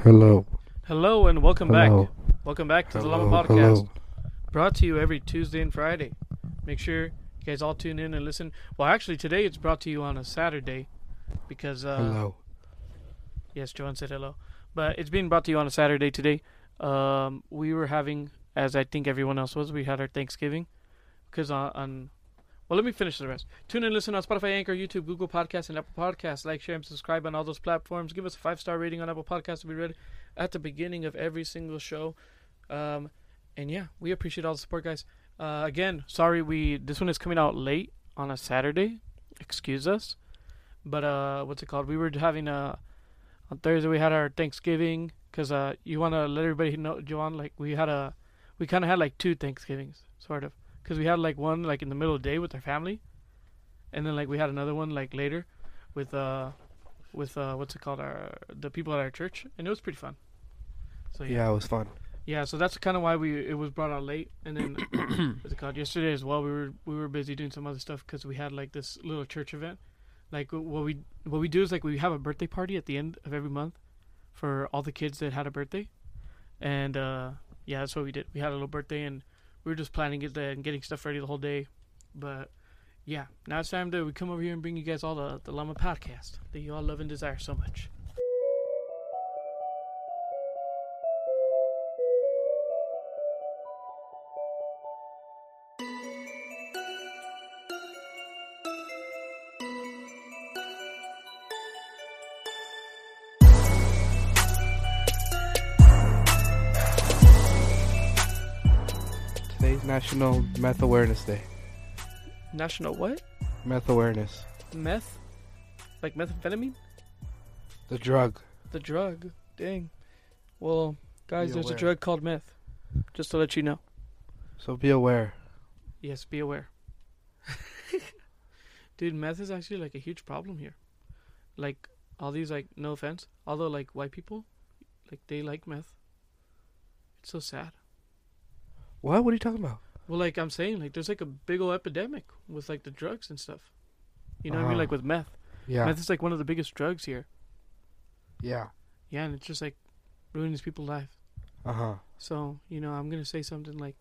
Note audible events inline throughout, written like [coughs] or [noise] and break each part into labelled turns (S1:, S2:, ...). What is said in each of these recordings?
S1: Hello.
S2: Hello and welcome
S1: Hello.
S2: back. Welcome back to the Llama Podcast,
S1: Hello.
S2: brought to you every Tuesday and Friday. Make sure you guys all tune in and listen. Well, actually, today it's brought to you on a Saturday because uh,
S1: Hello.
S2: yes, Joanne said hello, but it's being brought to you on a Saturday today. Um, we were having, as I think everyone else was, we had our Thanksgiving because on, on well, let me finish the rest. Tune in, listen on Spotify, Anchor, YouTube, Google Podcasts, and Apple Podcasts. Like, share, and subscribe on all those platforms. Give us a five star rating on Apple Podcasts to be read at the beginning of every single show. Um, and yeah, we appreciate all the support, guys. Uh, again, sorry we this one is coming out late on a Saturday. Excuse us, but uh, what's it called? We were having a on Thursday. We had our Thanksgiving because uh, you want to let everybody know, Joanne. Like we had a we kind of had like two Thanksgivings, sort of, because we had like one like in the middle of the day with our family, and then like we had another one like later with uh with uh what's it called our the people at our church, and it was pretty fun. So yeah.
S1: Uh, Yeah, it was fun.
S2: Yeah, so that's kind of why we it was brought out late, and then [clears throat] what's it called yesterday as well. We were we were busy doing some other stuff because we had like this little church event. Like wh- what we what we do is like we have a birthday party at the end of every month for all the kids that had a birthday, and uh, yeah, that's what we did. We had a little birthday, and we were just planning it and getting stuff ready the whole day. But yeah, now it's time to we come over here and bring you guys all the the Llama podcast that you all love and desire so much.
S1: Today's National Meth Awareness Day.
S2: National what?
S1: Meth awareness.
S2: Meth? Like methamphetamine?
S1: The drug.
S2: The drug. Dang. Well, guys,
S1: Be
S2: there's
S1: aware.
S2: a drug called meth. Just to let you know.
S1: So be aware.
S2: Yes, be aware. [laughs] Dude, meth is actually like a huge problem here. Like all these like no offense, although like white people like they like meth. It's so sad.
S1: What? What are you talking about?
S2: Well, like I'm saying, like there's like a big old epidemic with like the drugs and stuff. You know what I mean?
S1: Uh-huh.
S2: Like with meth.
S1: Yeah.
S2: Meth is like one of the biggest drugs here.
S1: yeah.
S2: Yeah, and it's just like ruins people's lives.
S1: Uh huh.
S2: So, you know, I'm going to say something like,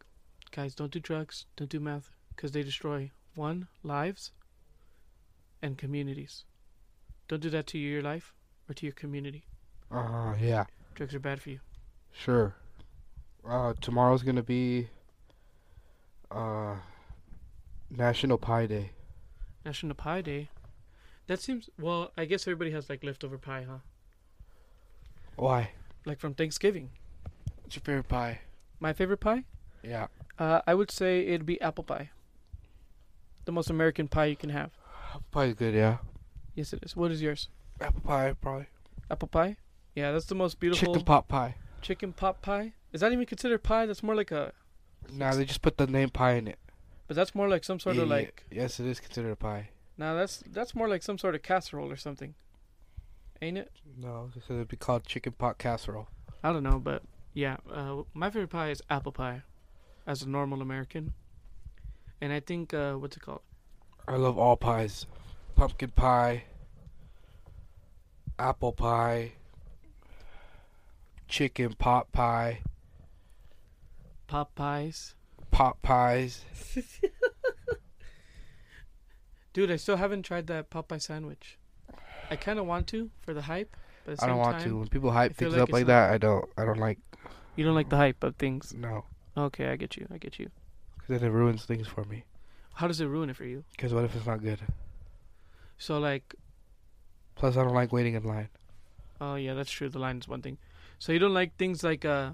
S2: guys, don't do drugs, don't do meth, because they destroy, one, lives and communities. Don't do that to your life or to your community.
S1: Uh huh. Yeah.
S2: Drugs are bad for you.
S1: Sure. Uh, tomorrow's gonna be uh National Pie Day.
S2: National Pie Day. That seems, well, I guess everybody has like leftover pie, huh?
S1: Why?
S2: Like from Thanksgiving.
S1: What's your favorite pie?
S2: My favorite pie?
S1: Yeah.
S2: Uh, I would say it'd be apple pie. The most American pie you can have.
S1: Apple pie's good. Yeah.
S2: Yes, it is. What is yours?
S1: Apple pie probably.
S2: Apple pie? Yeah, that's the most beautiful.
S1: Chicken pot pie.
S2: chicken pot pie. Is that even considered pie? That's more like a,
S1: Nah, they just put the name pie in it.
S2: but that's more like some sort of
S1: Idiot.
S2: like.
S1: Yes, it is considered a pie.
S2: Now that's that's more like some sort of casserole or something, ain't it?
S1: No, because it'd be called chicken pot casserole.
S2: I don't know, but yeah, uh, my favorite pie is apple pie, as a normal American. And I think uh, what's it called?
S1: I love all pies. Pumpkin pie, apple pie, chicken pot pie,
S2: Pop pies.
S1: pot pies.
S2: Dude, I still haven't tried that Popeye sandwich. I kind of want to for the hype, but at the
S1: I
S2: same
S1: don't want
S2: time,
S1: to. When people
S2: I
S1: hype
S2: feel
S1: things
S2: like
S1: up
S2: it's
S1: like that, I don't. I don't like.
S2: You don't like the hype of things.
S1: No,
S2: Okay, I get you. I get you.
S1: because then it ruins things for me.
S2: How does it ruin it for you?
S1: Because what if it's not good?
S2: So like,
S1: Plus, I don't like waiting in line.
S2: Oh yeah, that's true. The line is one thing. So you don't like things like uh,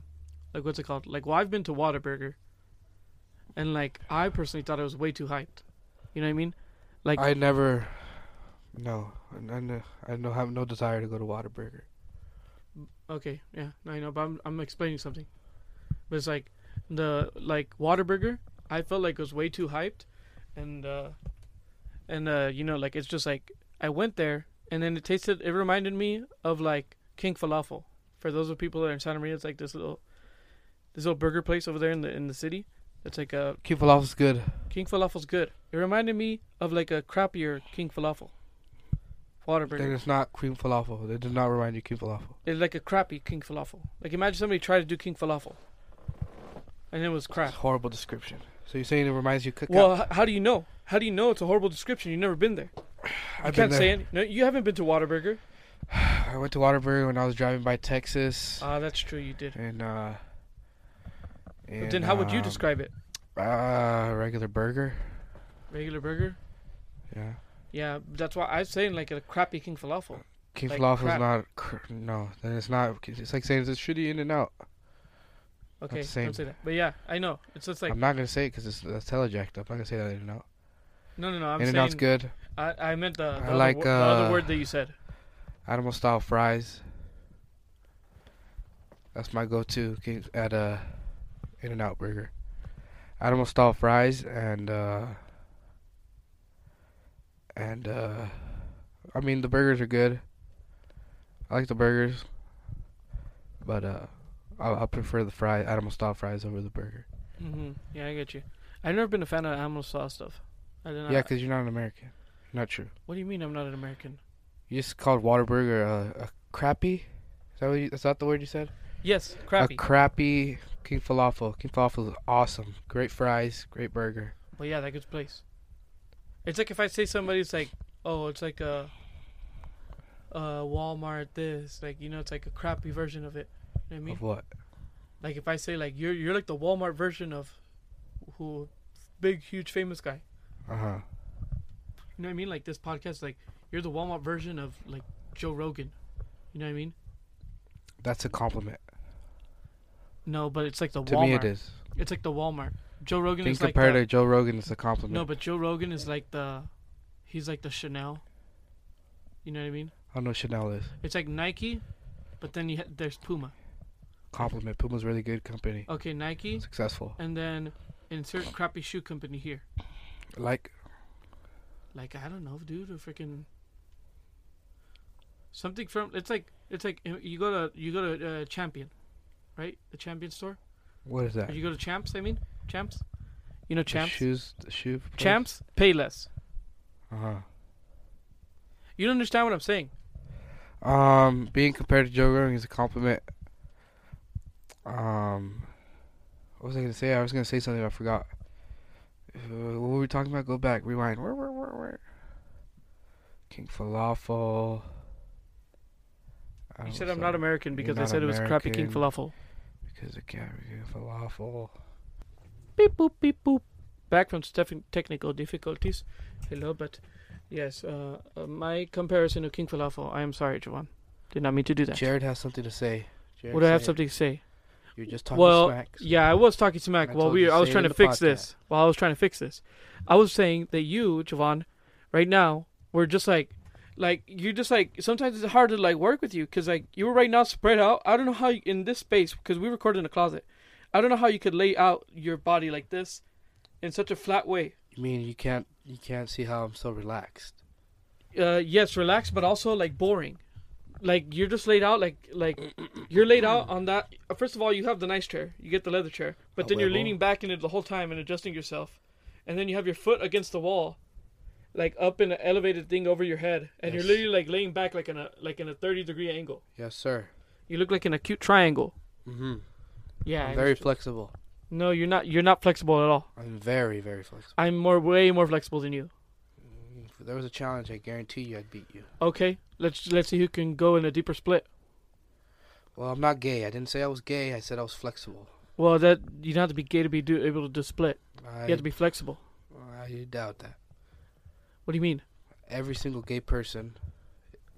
S2: like what's it called? Like well, I've been to Whataburger, and like I personally thought it was way too hyped. You know what I mean? Like
S1: I never. No, I, I, n- I no, have no desire to go to Whataburger.
S2: okay, yeah, I know, but I'm I'm explaining something. But it's like the like Whataburger, I felt like it was way too hyped, and uh, and uh, you know, like it's just like I went there and then it tasted. It reminded me of like King Falafel. For those of people that are in Santa Maria, it's like this little this little burger place over there in the in the city. It's like uh, a
S1: Keep falafel's good.
S2: King Falafel's good. It reminded me of like a crappier King Falafel.
S1: Then
S2: Waterburger.
S1: it's not cream falafel. It does not remind you cream falafel.
S2: It's like a crappy king falafel. Like imagine somebody tried to do king falafel, and it was crap.
S1: It's a horrible description. So you're saying it reminds you of cookout?
S2: Well, h- how do you know? How do you know it's a horrible description? You've never been there. You
S1: I've been
S2: can't
S1: there.
S2: say any. No, you haven't been to Waterburger.
S1: I went to Waterbury when I was driving by Texas,
S2: Ah, that's true. You did.
S1: and uh.
S2: But
S1: And,
S2: then, how would you
S1: um,
S2: describe it?
S1: Uh, regular burger.
S2: Regular burger.
S1: Yeah.
S2: Yeah, that's why I'm saying like a crappy king falafel.
S1: King
S2: Like
S1: falafel
S2: crap.
S1: is not. Cr- no, then it's not. It's like saying it's a shitty In and Out.
S2: Okay,
S1: the same.
S2: don't say that. But yeah, I know. It's just like
S1: I'm not gonna say it because it's that's telejacked up. I'm not gonna say that In and Out.
S2: no, no, no. I'm
S1: In and Out's
S2: saying
S1: good.
S2: I, I meant the, the,
S1: I
S2: other
S1: like,
S2: wo- the other
S1: uh,
S2: word that you said.
S1: Animal style fries. That's my go-to king- at a uh, In and Out burger. Animal style fries and uh and uh I mean the burgers are good. I like the burgers, but uh I, I prefer the fry animal style fries over the burger.
S2: hmm Yeah, I get you. I've never been a fan of animal sauce stuff. I don't know.
S1: Yeah, because you're not an American. Not true.
S2: what do you mean I'm not an American?
S1: You just called Waterburger a, a crappy. Is that, what you, is that the word you said?
S2: Yes, crappy.
S1: A crappy King Falafel. King Falafel is awesome. Great fries, great burger.
S2: Well, yeah, that gets place. It's like if I say somebody's like, oh, it's like a, a Walmart this, like you know, it's like a crappy version of it. You know what I mean?
S1: Of what?
S2: Like if I say like you're you're like the Walmart version of who big huge famous guy.
S1: Uh huh.
S2: You know what I mean? Like this podcast, like you're the Walmart version of like Joe Rogan. You know what I mean?
S1: That's a compliment.
S2: No, but it's like the
S1: To
S2: Walmart.
S1: me, it is.
S2: It's like the Walmart. Joe Rogan
S1: Being
S2: is like
S1: compared
S2: the-
S1: to Joe Rogan, it's a compliment.
S2: no, but Joe Rogan is like the he's like the Chanel. You know what I mean?
S1: I don't know what Chanel is.
S2: It's like Nike, but then you ha- there's Puma.
S1: Compliment. Puma's really good company.
S2: Okay, Nike,
S1: Successful.
S2: and then insert crappy shoe company here.
S1: Like,
S2: Like I don't know, dude, a freaking something from it's like it's like uh, you go to you go to uh, Champion, right? The Champion store.
S1: what is that?
S2: Or you go to Champs. I mean Champs. You know
S1: The
S2: Champs.
S1: Shoes. The shoe.
S2: Champs pay less.
S1: Uh
S2: You don't understand what I'm saying.
S1: huh. Um, being compared to Joe Rogan is a compliment. Um, what was I gonna say? I was gonna say something I forgot. Uh, what were we talking about? Go back. Rewind. Where, where, where, where? King falafel. I
S2: You
S1: don't
S2: said
S1: know,
S2: I'm not
S1: something.
S2: American
S1: Oh, You're
S2: because I
S1: not
S2: said it was crappy King
S1: American.
S2: Falafel.
S1: because it can't be falafel.
S2: Beep boop beep boop. Back from stef- technical difficulties. Hello, but yes, uh, uh, my comparison to King Falafel. I am sorry, Javon. Did not mean to do that.
S1: Jared has something to say. Jared,
S2: Would I have
S1: say it.
S2: something to say?
S1: You're just talking
S2: well,
S1: smack.
S2: yeah, I was talking smack
S1: I
S2: while
S1: told
S2: we
S1: you
S2: were. I was
S1: say it
S2: trying
S1: in
S2: to
S1: the
S2: fix this. While I was trying to fix this, I was saying that you, Javon, right now, we're just like, like you're just like. Sometimes it's hard to like work with you because like you were right now spread out. I don't know how you, in this space because we record in a closet. I don't know how you could lay out your body like this, in such a flat way.
S1: You mean you can't you can't see how I'm so relaxed?
S2: Uh, yes, relaxed, but also like boring. Like you're just laid out like like you're laid out on that. First of all, you have the nice chair. You get the leather chair, but
S1: A
S2: then you're
S1: huevo.
S2: leaning back in it the whole time and adjusting yourself, and then you have your foot against the wall, like up in an elevated thing over your head,
S1: Yes.
S2: and you're literally like laying back like in a like in a thirty degree angle.
S1: Yes, sir.
S2: You look like an acute triangle.
S1: Mm-hmm.
S2: Yeah,
S1: I'm very flexible.
S2: no, you're not. You're not flexible at all.
S1: I'm very very flexible.
S2: I'm more way more flexible than you.
S1: If there was a challenge, I guarantee you I'd beat you.
S2: Okay, let's let's see who can go in a deeper split.
S1: Well, I'm not gay. I didn't say I was gay. I said I was flexible.
S2: Well, that you don't have to be gay to be do, able to do split.
S1: I,
S2: You have to be flexible.
S1: I doubt that.
S2: What do you mean?
S1: Every single gay person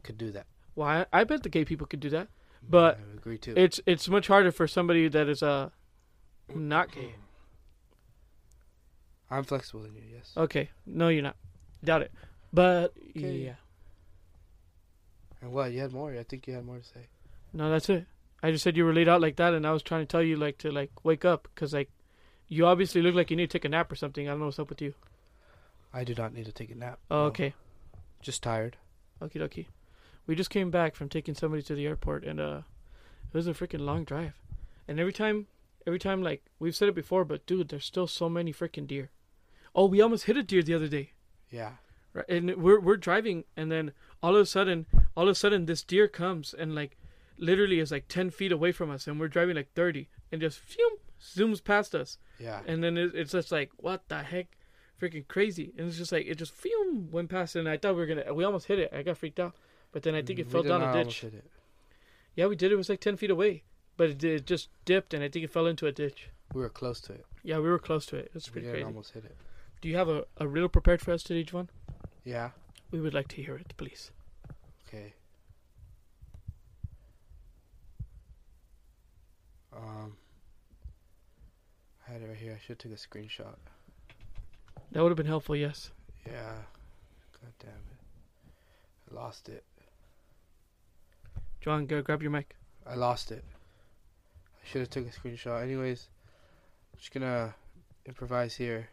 S1: could do that.
S2: Why? I bet the gay people could do that, but
S1: I agree too.
S2: it's it's much harder for somebody that is uh not gay.
S1: I'm flexible than you. Yes.
S2: Okay, no, you're not. Doubt it. But
S1: Okay.
S2: Oh, yeah,
S1: And what? You had more. I think you had more to say.
S2: no, that's it. I just said you were laid out like that, and I was trying to tell you like to like wake up because like you obviously look like you need to take a nap or something. I don't know what's up with you.
S1: I do not need to take a nap.
S2: Oh,
S1: No.
S2: okay,
S1: Just tired.
S2: okie dokie. We just came back from taking somebody to the airport, and uh, it was a freaking long drive. And every time, every time, like we've said it before, but dude, there's still so many freaking deer. Oh, we almost hit a deer the other day.
S1: Yeah.
S2: right? And we're we're driving, and then all of a sudden, all of a sudden, this deer comes and like, literally is like ten feet away from us, and we're driving like thirty, and just phew, zooms past us,
S1: Yeah.
S2: and then it, it's just like what the heck, freaking crazy, and it's just like it just phew, went past, and I thought we were gonna, we almost hit it, I got freaked out, but then I think it
S1: Mm, We
S2: fell
S1: did
S2: down
S1: not
S2: a
S1: almost
S2: ditch.
S1: hit it.
S2: Yeah, we did. It was like ten feet away, but it, it just dipped, and I think it fell into a ditch.
S1: We were close to it.
S2: Yeah, we were close to it. It's
S1: we
S2: pretty
S1: didn't
S2: crazy.
S1: almost hit it.
S2: Do you have a, a riddle prepared for us today, Juan?
S1: Yeah.
S2: We would like to hear it, please.
S1: Okay. Um. I had it right here. I should have took a screenshot.
S2: That would have been helpful, yes.
S1: Yeah. God damn it. I lost it.
S2: Juan, go grab your mic.
S1: I lost it. I should have took a screenshot. Anyways, I'm just gonna improvise here.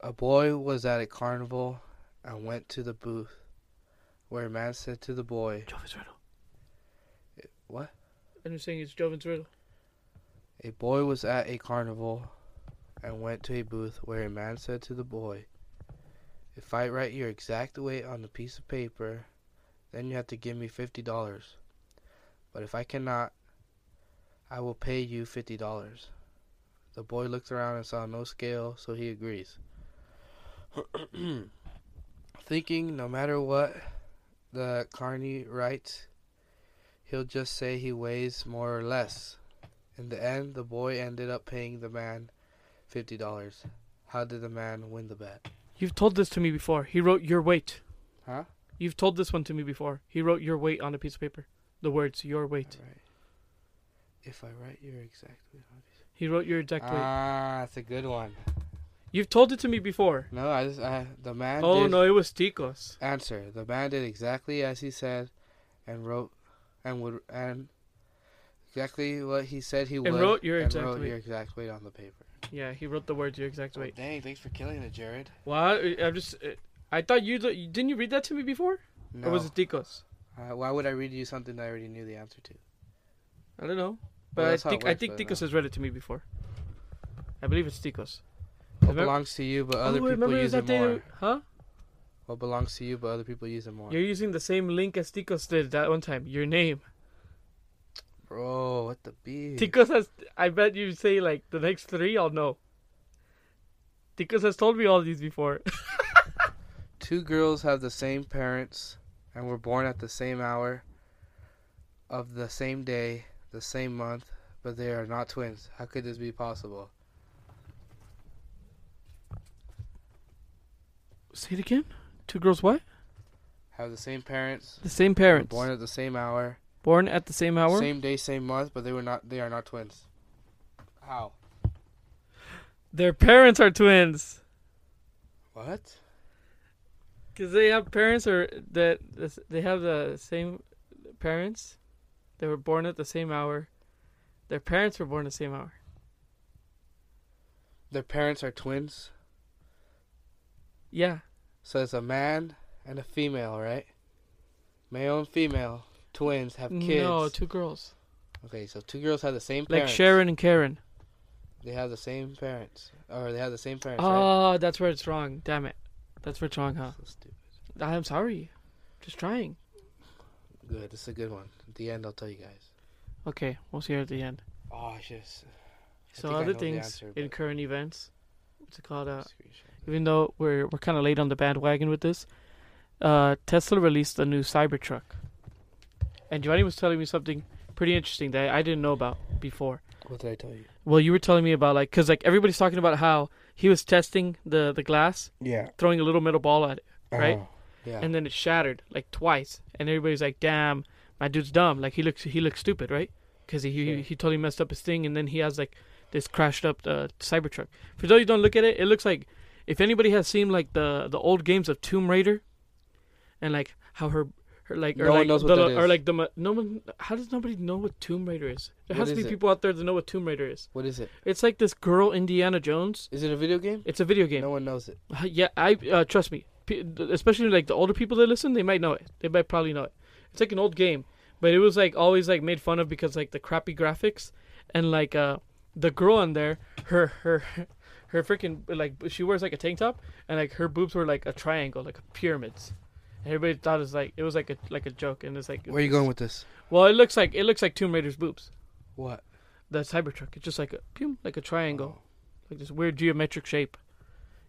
S1: A boy was at a carnival and went to the booth where a man said to the boy,
S2: Jovin's riddle.
S1: What?
S2: And you're saying it's Jovin's riddle.
S1: A boy was at a carnival and went to a booth where a man said to the boy, If I write your exact weight on a piece of paper, then you have to give me $50. But if I cannot, I will pay you $50. The boy looked around and saw no scale, so he agrees. [clears throat] Thinking no matter what the carney writes, he'll just say he weighs more or less. In the end, the boy ended up paying the man fifty dollars. How did the man win the bet?
S2: You've told this to me before. He wrote your weight.
S1: Huh?
S2: You've told this one to me before. He wrote your weight on a piece of paper. The words, your weight.
S1: Alright. If I write your exact weight. I'll be-
S2: He wrote your exact weight.
S1: Ah, that's a good one.
S2: You've told it to me before.
S1: No, I just I, the man.
S2: oh,
S1: did,
S2: no, it was Ticos.
S1: Answer: The man did exactly as he said, and wrote, and would and exactly what he said he would.
S2: wrote your
S1: and
S2: exact
S1: wrote
S2: weight.
S1: your exact weight on the paper.
S2: Yeah, he wrote the words, your exact
S1: Well,
S2: weight.
S1: Oh, dang, thanks for killing it, Jared.
S2: Well, I- I'm just. uh, I thought you. Didn't you read that to me before?
S1: No.
S2: Or was it Ticos?
S1: Uh, why would I read you something that I already knew the answer to?
S2: I don't know, but
S1: Well,
S2: I
S1: that's how it
S2: think I
S1: works,
S2: think
S1: though,
S2: Tikos
S1: no?
S2: has read it to me before. I believe it's Tikos.
S1: What
S2: Remember-
S1: belongs to you, but other
S2: Oh, wait,
S1: people use it
S2: day-
S1: more.
S2: Huh?
S1: What belongs to you, but other people use it more.
S2: You're using the same link as Tikos did that one time. Your name,
S1: Bro, what the beef?
S2: Tikos has. I bet you say like the next three. I'll know. Tikos has told me all these before. [laughs]
S1: Two girls have the same parents and were born at the same hour of the same day, the same month, but they are not twins. How could this be possible?
S2: Say it again. Two girls, what?
S1: Have the same parents,
S2: The same
S1: were
S2: parents,
S1: born
S2: born,
S1: at the same hour,
S2: at the same hour.
S1: same day, same month, but they were not. They are not twins. How?
S2: Their parents are twins
S1: What?
S2: because they have parents or that they have the same parents. They were born at the same hour. Their parents were born the same hour.
S1: Their parents are twins,
S2: Yeah.
S1: so it's a man and a female, right? Male and female twins have kids.
S2: No, two girls.
S1: Okay, so two girls have the same
S2: Like
S1: parents.
S2: Sharon and Karen.
S1: They have the same parents, or they have the same parents. right?
S2: Oh, that's where it's wrong. Damn it. That's where it's wrong, huh?
S1: So stupid.
S2: I'm sorry. Just trying.
S1: Good. This is a good one. At the end, I'll tell you guys.
S2: Okay, we'll see you at the end.
S1: Oh, I should have I
S2: So
S1: think I know
S2: other
S1: the
S2: things
S1: answer,
S2: in
S1: but-
S2: current events. What's it called? Uh,
S1: screenshot.
S2: even though we're we're kind of late on the bandwagon with this, uh, Tesla released a new Cybertruck. And Giovanni was telling me something pretty interesting that I didn't know about before.
S1: What did I tell you?
S2: Well, you were telling me about like, cause like everybody's talking about how he was testing the the glass,
S1: Yeah. uh,
S2: throwing a little metal ball at it, right?
S1: Yeah.
S2: and then it shattered like twice and everybody's like damn my dude's dumb like he looks he looks stupid right because he,
S1: Sure.
S2: he he totally messed up his thing and then he has like this crashed up uh, cybertruck for those who don't look at it it looks like if anybody has seen like the the old games of tomb raider and like how her her like or
S1: No one
S2: like
S1: knows what
S2: the,
S1: that
S2: or
S1: is.
S2: like the mo- no one how does nobody know what tomb raider is there
S1: What
S2: has to
S1: is
S2: be
S1: it?
S2: people out there that know what tomb raider is
S1: what is it?
S2: it's like this girl indiana jones
S1: Is it a video game?
S2: it's a video game
S1: No one knows it.
S2: uh, Yeah, I uh, trust me. P- especially like the older people that listen, they might know it. They might probably know it. It's like an old game, but it was like always like made fun of because like the crappy graphics and like uh the girl in there, her her her freaking like she wears like a tank top and like her boobs were like a triangle, like pyramids. And everybody thought it was like it was like a like a joke, and it's like
S1: Where are you going with this?
S2: Well, it looks like it looks like Tomb Raider's boobs.
S1: What? Oh,
S2: The Cybertruck. It's just like a pew, like a triangle, like this weird geometric shape.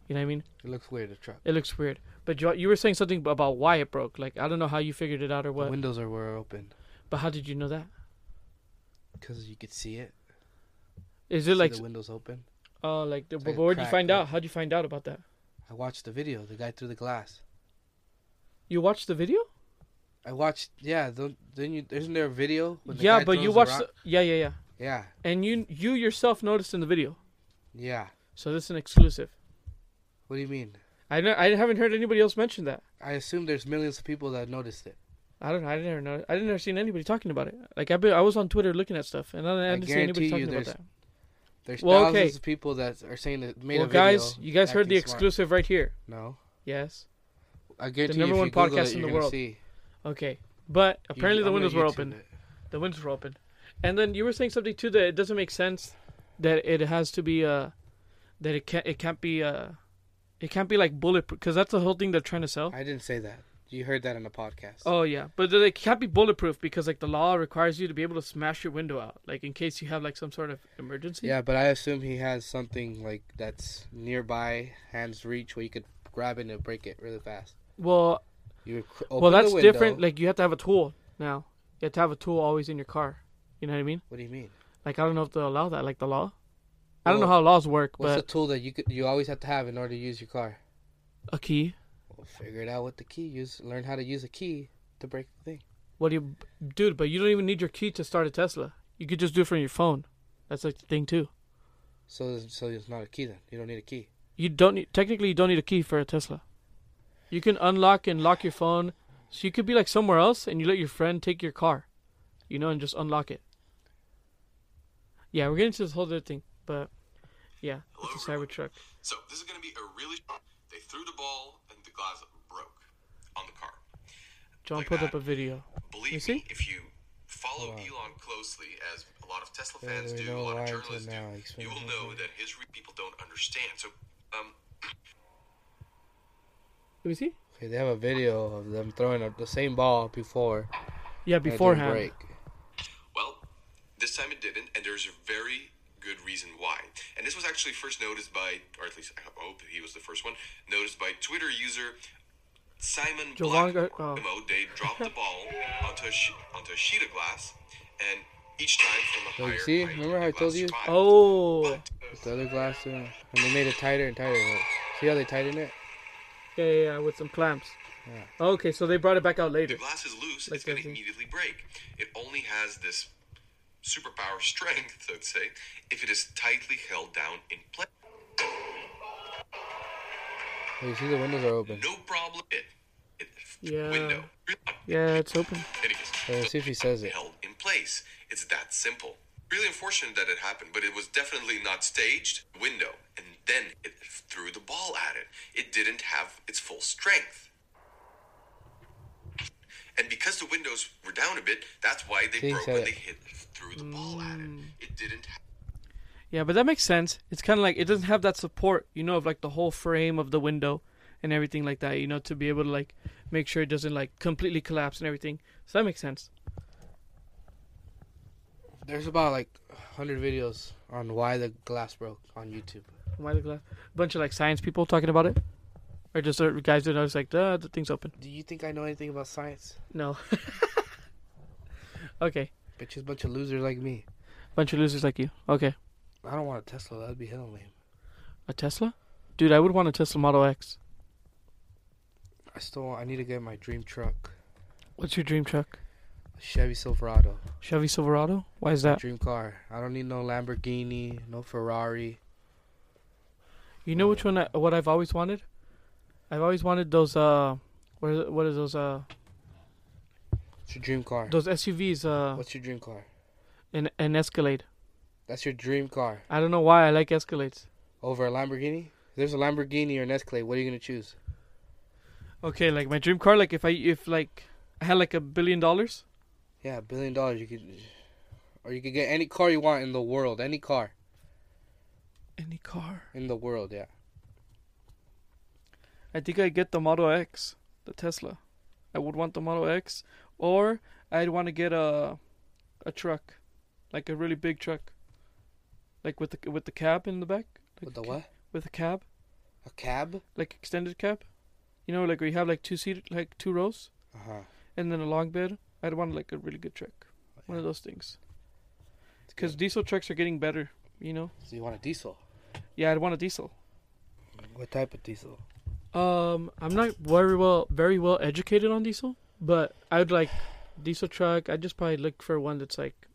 S2: You know what I mean?
S1: It looks weird. The truck.
S2: It looks weird. But you, you were saying something about why it broke. Like I don't know how you figured it out or
S1: The
S2: what.
S1: windows are were open
S2: But how did you know that?
S1: because you could see it.
S2: Is
S1: See
S2: it like
S1: the windows open?
S2: oh like the,
S1: It's like a
S2: but where'd you
S1: crack,
S2: find
S1: yeah.
S2: out? How'd you find out about that?
S1: I watched the video. The guy through the glass.
S2: You watched the video?
S1: I watched. Yeah. Don't, didn't you? Isn't there a video? when the
S2: yeah,
S1: guy
S2: but
S1: throws
S2: you
S1: the
S2: watched.
S1: rock?
S2: The, yeah, yeah, yeah.
S1: Yeah.
S2: And you you yourself noticed in the video.
S1: Yeah.
S2: So this is an exclusive.
S1: What do you mean?
S2: I know, I haven't heard anybody else mention that.
S1: I assume there's millions of people that noticed it.
S2: I don't know. I didn't know. I didn't ever seen anybody talking about it. Like I been, I was on Twitter looking at stuff, and I, I didn't see
S1: guarantee
S2: anybody
S1: you
S2: talking about
S1: there's
S2: that.
S1: There's
S2: Well,
S1: thousands
S2: okay.
S1: of people that are saying that made
S2: Well,
S1: a video.
S2: guys, you guys heard the
S1: acting smart.
S2: exclusive right here.
S1: No,
S2: Yes.
S1: I guarantee
S2: number
S1: you
S2: one
S1: if you Google
S2: podcast
S1: it,
S2: in
S1: you're
S2: the
S1: gonna
S2: world.
S1: See.
S2: Okay. But
S1: You-
S2: apparently the
S1: I'm gonna
S2: windows were
S1: YouTube
S2: open.
S1: it.
S2: The windows were open. And then you were saying something too that it doesn't make sense that it has to be uh that it can't it can't be uh it can't be like bulletproof because that's the whole thing they're trying to sell.
S1: I didn't say that. You heard that in a podcast.
S2: Oh yeah, but it can't be bulletproof because like the law requires you to be able to smash your window out, like in case you have like some sort of emergency.
S1: Yeah, but I assume he has something like that's nearby, hands reach, where you could grab it and break it really fast.
S2: Well,
S1: You would cr- open
S2: well, that's
S1: the window.
S2: different. Like you have to have a tool now. You have to have a tool always in your car. You know what I mean?
S1: what do you mean?
S2: Like I don't know if they allow that, like the law. I don't know
S1: Well,
S2: how laws work,
S1: What's
S2: but
S1: the tool that you could you always have to have in order to use your car?
S2: a key.
S1: Well, figure it out with the key. Use learn how to use a key to break the thing.
S2: What do you, dude? But you don't even need your key to start a Tesla. You could just do it from your phone. That's like the thing too.
S1: So so it's not a key then. You don't need a key.
S2: You don't need, technically you don't need a key for a Tesla. You can unlock and lock your phone, so you could be like somewhere else and you let your friend take your car, you know, and just unlock it. Yeah, we're getting into this whole other thing, but yeah, it's a Cybertruck.
S3: So this is going to be a really. They threw the ball and the glass broke on the car.
S2: John pulled up a video.
S3: Believe
S2: You see?
S3: me, if you follow
S1: Hold on.
S3: Elon closely, as a lot of Tesla
S1: Yeah,
S3: fans
S1: there
S3: do,
S1: we
S3: a
S1: know
S3: lot
S1: why
S3: of
S1: until
S3: journalists do,
S1: now, explain
S3: you
S1: the
S3: will
S1: whole
S3: know
S1: thing.
S3: that his re- people don't understand. So, um,
S2: Let me see.
S1: Okay, they have a video of them throwing up the same ball before. and
S2: Yeah,
S1: it didn't
S2: beforehand.
S1: break.
S3: Well, this time it didn't, and there's a very good reason why. And this was actually first noticed by, or at least I hope he was the first one, noticed by Twitter user Simon
S2: Jawan-
S1: oh.
S3: Blackmore.
S2: uh,
S3: Mo- They dropped the ball onto a, she- onto a sheet of glass, and each time from a
S1: Well,
S3: higher
S1: Oh, you see?
S3: height,
S1: Remember how
S3: the
S1: I
S3: glass
S1: told you?
S3: survived.
S2: Oh,
S1: With the other glass, uh, and they made it tighter and tighter. Look. See how they tighten it?
S2: yeah, yeah, yeah, with some clamps.
S1: Yeah.
S2: Okay, so they brought it back out
S3: The
S2: later.
S3: glass is loose,
S2: Like
S3: it's going to
S2: everything.
S3: immediately break. It only has this superpower [laughs] strength, let's say, if it is tightly held down in place.
S1: Well, you see the windows are open.
S3: No problem. It, it,
S2: Yeah.
S3: Window.
S2: Yeah, it's open.
S3: Anyways,
S1: Well, see if he says it.
S3: held in place. It's that simple. Really unfortunate that it happened, but it was definitely not staged. Window, and then it threw the ball at it. It didn't have its full strength. And because the windows were down a bit, that's why they
S1: See,
S3: broke
S1: said
S3: when
S1: it.
S3: they hit threw the ball at it. It didn't. Have
S2: Yeah, but that makes sense. It's kind of like it doesn't have that support, you know, of like the whole frame of the window and everything like that, you know, to be able to like make sure it doesn't like completely collapse and everything. So that makes sense.
S1: There's about like 100 videos on why the glass broke on YouTube.
S2: Why the glass? Bunch of like science people talking about it, or just uh, guys that are just like, "Duh, the thing's open."
S1: Do you think I know anything about science?
S2: No. [laughs] okay,
S1: Bitches, bunch of losers like me.
S2: bunch of losers like you. Okay,
S1: I don't want a Tesla. That'd be hell lame.
S2: a Tesla, dude. I would want a Tesla Model X.
S1: I still want, I need to get my dream truck.
S2: What's your dream truck?
S1: A Chevy Silverado.
S2: Chevy Silverado. Why is that?
S1: Dream car. I don't need no Lamborghini, no Ferrari.
S2: You know which one? I, what I've always wanted. I've always wanted those. Uh, what is, what is those? Uh,
S1: It's your dream car.
S2: those SUVs. Uh,
S1: What's your dream car?
S2: an an Escalade.
S1: That's your dream car.
S2: I don't know why I like Escalades.
S1: Over a Lamborghini? If there's a Lamborghini or an Escalade, what are you going to choose?
S2: Okay, like my dream car. Like if I if like I had like a billion dollars.
S1: Yeah, a billion dollars. You could, or you could get any car you want in the world, any car.
S2: any car.
S1: in the world. Yeah.
S2: I think I get the Model X, the Tesla. I would want the Model X, or I'd want to get a, a truck, like a really big truck, like with the with the cab in the back. Like
S1: With
S2: a
S1: the
S2: ca-
S1: what?
S2: With a cab,
S1: A cab?
S2: like extended cab. You know, like where you have like two seated, like two rows,
S1: Uh huh.
S2: and then a long bed. I'd want like a really good truck, one of those things. Because diesel trucks are getting better, you know.
S1: So you want a diesel?
S2: Yeah, I'd want a diesel.
S1: What type of diesel?
S2: Um, I'm not very well very well educated on diesel, but I'd like diesel truck. I'd just probably look for one that's like,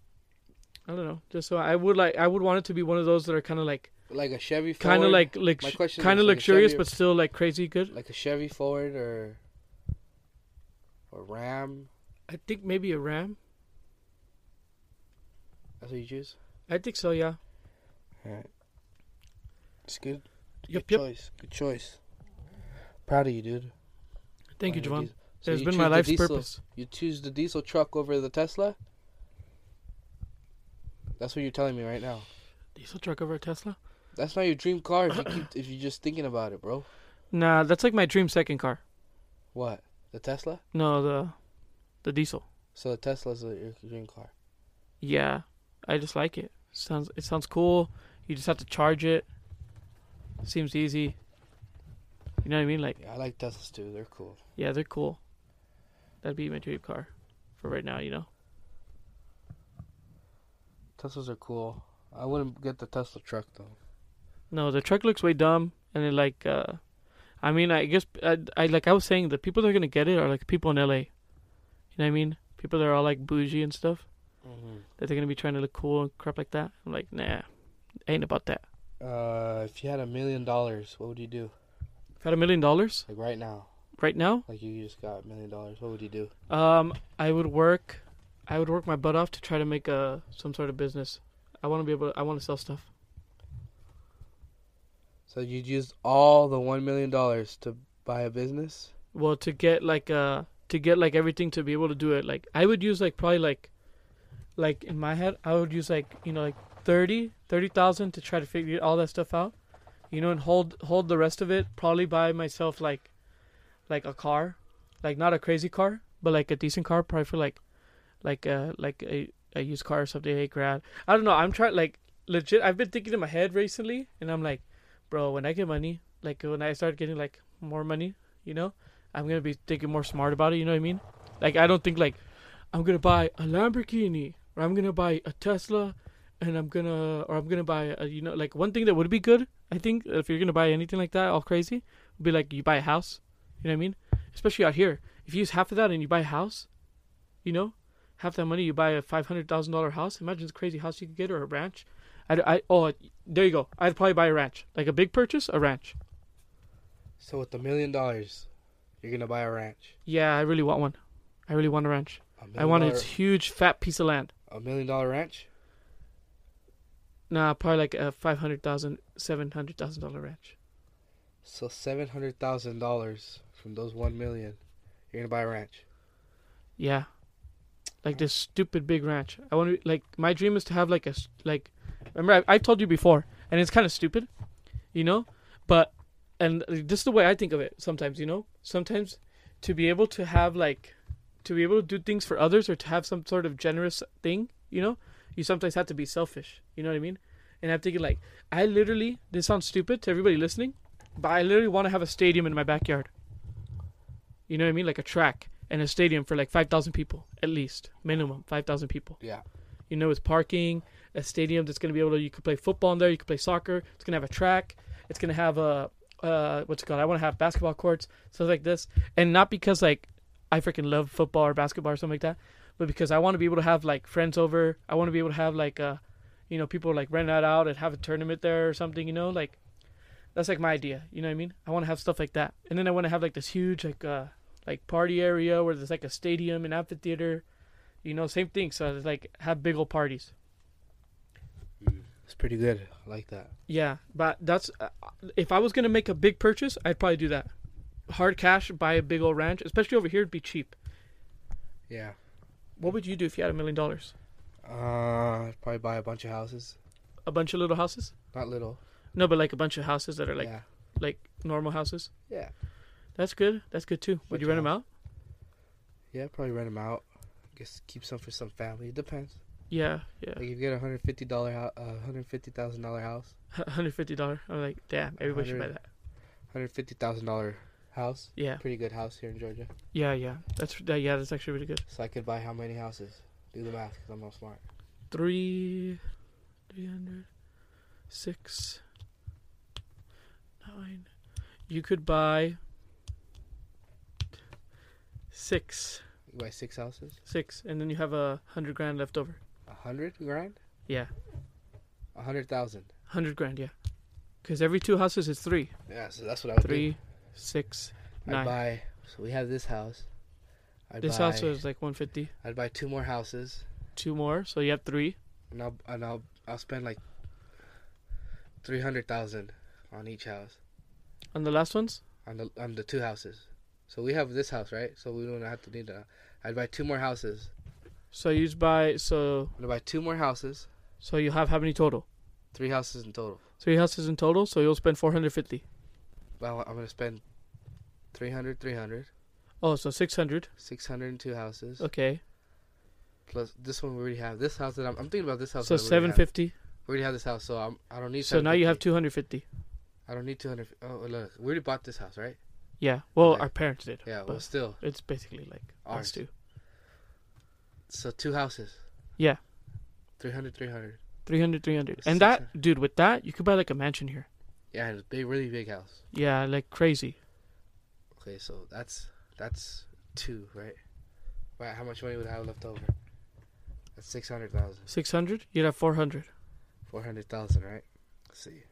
S2: I don't know, just so I would like I would want it to be one of those that are kind of like
S1: Like a Chevy.
S2: kind of
S1: Forward?
S2: like like
S1: My question
S2: kind of
S1: is, like, a
S2: luxurious
S1: Chevy-
S2: but still like crazy good.
S1: like a Chevy Forward or or Ram.
S2: I think maybe a Ram.
S1: That's what you choose.
S2: I think so. Yeah.
S1: Alright. It's good.
S2: Yep.
S1: Good
S2: Yep.
S1: choice. Good choice. Proud of you, dude.
S2: Thank you,
S1: Proud of
S2: Javon.
S1: diesel. So
S2: It's
S1: you
S2: been
S1: choose
S2: my
S1: the
S2: life's
S1: diesel-
S2: purpose.
S1: You choose the diesel truck over the Tesla. That's what you're telling me right now.
S2: Diesel truck over a Tesla?
S1: That's not your dream car if you keep if you're just thinking about it, bro.
S2: Nah, that's like my dream second car.
S1: What? The Tesla?
S2: No, the the diesel.
S1: So the Tesla's a, your dream car.
S2: Yeah, I just like it. Sounds it sounds cool. You just have to charge it. Seems easy. You know what I mean? Like,
S1: Yeah, I like Teslas too. They're cool.
S2: yeah, they're cool. That'd be my dream car, for right now. You know.
S1: Teslas are cool. I wouldn't get the Tesla truck though.
S2: No, the truck looks way dumb, and it like, uh, I mean, I guess I, I like I was saying the people that are gonna get it are like people in LA. You know what I mean? People that are all like bougie and stuff that they're gonna be trying to look cool and crap like that. I'm like, nah, ain't about that.
S1: Uh, if you had a million dollars, what would you do?
S2: If I had a million dollars
S1: Like right now,
S2: right now,
S1: like you just got a million dollars, what would you do?
S2: Um, I would work, I would work my butt off to try to make a some sort of business. I want to be able. I want to sell stuff.
S1: So you'd use all the one million dollars to buy a business?
S2: Well, to get like uh to get like everything to be able to do it. Like I would use like probably like, like in my head, I would use like you know like 30, 30,000 to try to figure all that stuff out, you know, and hold hold the rest of it probably buy myself like, like a car, like not a crazy car, but like a decent car probably for like, like uh like a a used car or something eight grand. I don't know. I'm trying like legit. I've been thinking in my head recently, and I'm like, bro, when I get money, like when I start getting like more money, you know, I'm gonna be thinking more smart about it. You know what I mean? Like I don't think like I'm gonna buy a Lamborghini or I'm gonna buy a Tesla, and I'm gonna or I'm gonna buy a, you know like one thing that would be good. I think if you're gonna buy anything like that, all crazy, would be like you buy a house. You know what I mean? Especially out here, if you use half of that and you buy a house, you know, half that money you buy a five hundred thousand dollar house. Imagine the crazy house you could get or a ranch. I'd, I oh there you go. I'd probably buy a ranch, like a big purchase, a ranch.
S1: So with the million dollars, you're gonna buy a ranch.
S2: Yeah, I really want one. I really want a ranch.
S1: A
S2: I
S1: million
S2: want
S1: dollar-
S2: a huge fat piece of land.
S1: a million dollar ranch.
S2: Nah, probably like a five hundred thousand, seven hundred thousand dollar ranch.
S1: So seven hundred thousand dollars from those one million, you're gonna buy a ranch.
S2: Yeah, like this stupid big ranch. I want to like my dream is to have like a s- like. Remember, I, I told you before, and it's kind of stupid, you know, but and uh, this is the way I think of it. Sometimes, you know, sometimes to be able to have like to be able to do things for others or to have some sort of generous thing, you know, you sometimes have to be selfish. You know what I mean? And I'm thinking like I literally this sounds stupid to everybody listening, but I literally want to have a stadium in my backyard. You know what I mean? Like a track and a stadium for like 5,000 people at least, minimum 5,000 people.
S1: Yeah.
S2: You know, with parking, a stadium that's going to be able to, you could play football in there, you could play soccer, it's going to have a track, it's going to have a, uh, what's it called? I want to have basketball courts, stuff like this. And not because like I freaking love football or basketball or something like that, but because I want to be able to have like friends over. I want to be able to have like, uh, you know, people like rent that out and have a tournament there or something, you know, like that's like my idea. You know what I mean? I want to have stuff like that, and then I want to have like this huge like uh like party area where there's like a stadium and amphitheater, you know, same thing. So it's like have big old parties.
S1: It's pretty good. I like that.
S2: Yeah, but that's uh, if I was gonna make a big purchase, I'd probably do that. Hard cash, buy a big old ranch, especially over here, it'd be cheap.
S1: Yeah.
S2: What would you do if you had a million dollars?
S1: Uh, I'd probably buy a bunch of houses.
S2: A bunch of little houses?
S1: Not little.
S2: No, but like a bunch of houses that are like
S1: yeah.
S2: like normal houses.
S1: Yeah.
S2: That's good. That's good too. Would
S1: Bunch
S2: you
S1: of
S2: rent them out?
S1: Yeah, probably rent them out. Guess keep some for some family. It depends.
S2: Yeah, yeah. [laughs]
S1: Like if you get a hundred fifty dollar, uh, hundred fifty thousand dollar house,
S2: Hundred fifty dollar. I'm like, damn. Everybody should buy that.
S1: hundred fifty thousand dollar house,
S2: Yeah,
S1: pretty good house here in Georgia.
S2: yeah, yeah. That's that, yeah. That's actually really good.
S1: So I could buy how many houses? Do the math, cause I'm not smart.
S2: Three, three hundred, six, nine. You could buy six,
S1: You buy six houses,
S2: six, and then you have a hundred grand left over.
S1: a hundred grand,
S2: Yeah,
S1: a hundred thousand.
S2: hundred grand. Yeah, because every two houses is three,
S1: Yeah, so that's what I would
S2: three, six,
S1: do.
S2: nine.
S1: I'd buy. So we have this house. I'd
S2: This
S1: buy,
S2: house was like one fifty.
S1: I'd buy two more houses,
S2: Two more, so you have three.
S1: and I'll and I'll I'll spend like three hundred thousand on each house.
S2: And the last ones,
S1: on the on the two houses. So we have this house, right? So we don't have to need that. I'd buy two more houses.
S2: so you just buy so
S1: I'd buy two more houses,
S2: so you have how many total?
S1: three houses in total.
S2: Three houses in total, so you'll spend four hundred fifty.
S1: But I wa- I'm gonna spend 300, 300,
S2: Oh, so 600.
S1: 600 in two houses.
S2: Okay.
S1: Plus this one we already have. This house that I'm, I'm thinking about this house.
S2: So
S1: that we already have.
S2: 750.
S1: We already have this house, so I'm I don't need.
S2: So now you have
S1: 750.
S2: 250.
S1: I don't need two hundred. Oh look, we already bought this house, right?
S2: Yeah. Well,
S1: Okay.
S2: our parents did.
S1: Yeah. Well,
S2: but
S1: still,
S2: it's basically like
S1: Ours.
S2: us two.
S1: so two houses.
S2: Yeah.
S1: 300, 300.
S2: 300, 300.
S1: It's
S2: And that, dude, with that, you could buy like a mansion here.
S1: Yeah, and a big, really big house.
S2: Yeah, like crazy.
S1: Okay, so that's that's two, right? Right. How much money would I have left over? That's six hundred thousand.
S2: 600, you'd have 400.
S1: Four hundred thousand, right? Let's see.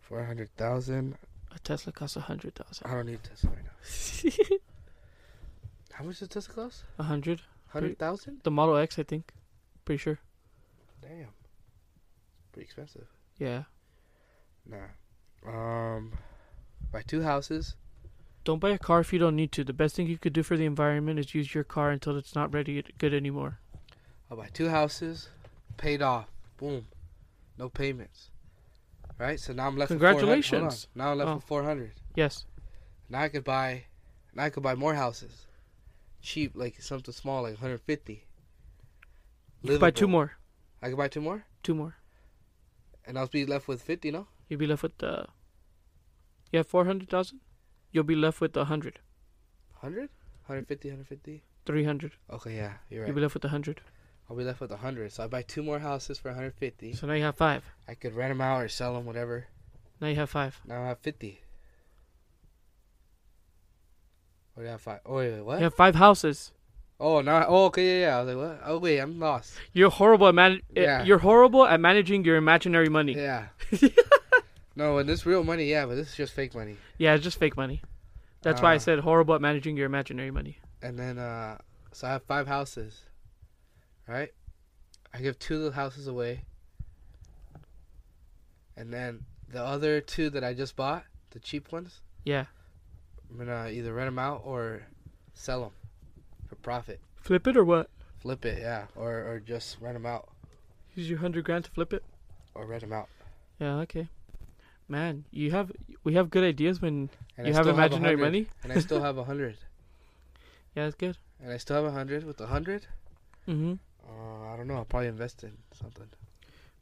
S1: Four hundred thousand.
S2: A Tesla
S1: [laughs]
S2: costs
S1: I
S2: 100,000.
S1: don't need Tesla right now. How much does Tesla cost?
S2: 100.
S1: Hundred thousand.
S2: The Model X, I think. Pretty sure.
S1: Damn. Pretty expensive.
S2: Yeah.
S1: Nah. Um. Buy two houses.
S2: Don't buy a car if you don't need to. The best thing you could do for the environment is use your car until it's not ready good anymore.
S1: I'll buy two houses. Paid off. Boom. No payments. Right. So now I'm left. with 400 hold on.
S2: Congratulations.
S1: Now I'm left
S2: Oh.
S1: with four hundred.
S2: Yes.
S1: Now I could buy, now I could buy more houses, cheap like something small like 150.
S2: You could buy two
S1: Livable.
S2: more.
S1: I could buy two more,
S2: Two more.
S1: and I'll be left with 50. No,
S2: You'll be left with uh you have four hundred thousand? You'll be left with a hundred.
S1: 100, 150, 150.
S2: Three hundred.
S1: Okay, yeah, you're
S2: You'll
S1: right.
S2: be left with a hundred.
S1: I'll be left with 100. So I buy two more houses for 150.
S2: So now you have five.
S1: I could rent them out or sell them, whatever.
S2: Now you have five.
S1: Now I have 50. Or do I have five? Oh wait, wait what?
S2: You have five houses.
S1: Oh, now. I- oh, okay, yeah, yeah. I was like, what? Oh wait, I'm lost.
S2: You're horrible at man-
S1: Yeah.
S2: you're horrible at managing your imaginary money. Yeah.
S1: Yeah. no, and this real money, yeah, but this is just fake money.
S2: it's just fake money. That's why I
S1: Ah.
S2: said horrible at managing your imaginary money.
S1: And then, uh, so I have five houses, right? I give two of the houses away. And then the other two that I just bought, the cheap ones,
S2: Yeah.
S1: I'm gonna either rent them out or sell them for profit.
S2: Flip it or what?
S1: Flip it, yeah, or, or just rent them out
S2: Use your hundred grand to flip it?
S1: or rent them out.
S2: Yeah, okay. Man, you have we have good ideas when
S1: And
S2: you have
S1: still
S2: imaginary
S1: 100,
S2: money.
S1: and I still
S2: [laughs]
S1: have a hundred,
S2: Yeah, that's good.
S1: and I still have a hundred with a hundred.
S2: Mm-hmm.
S1: Uh, I don't know. I'll probably invest in something.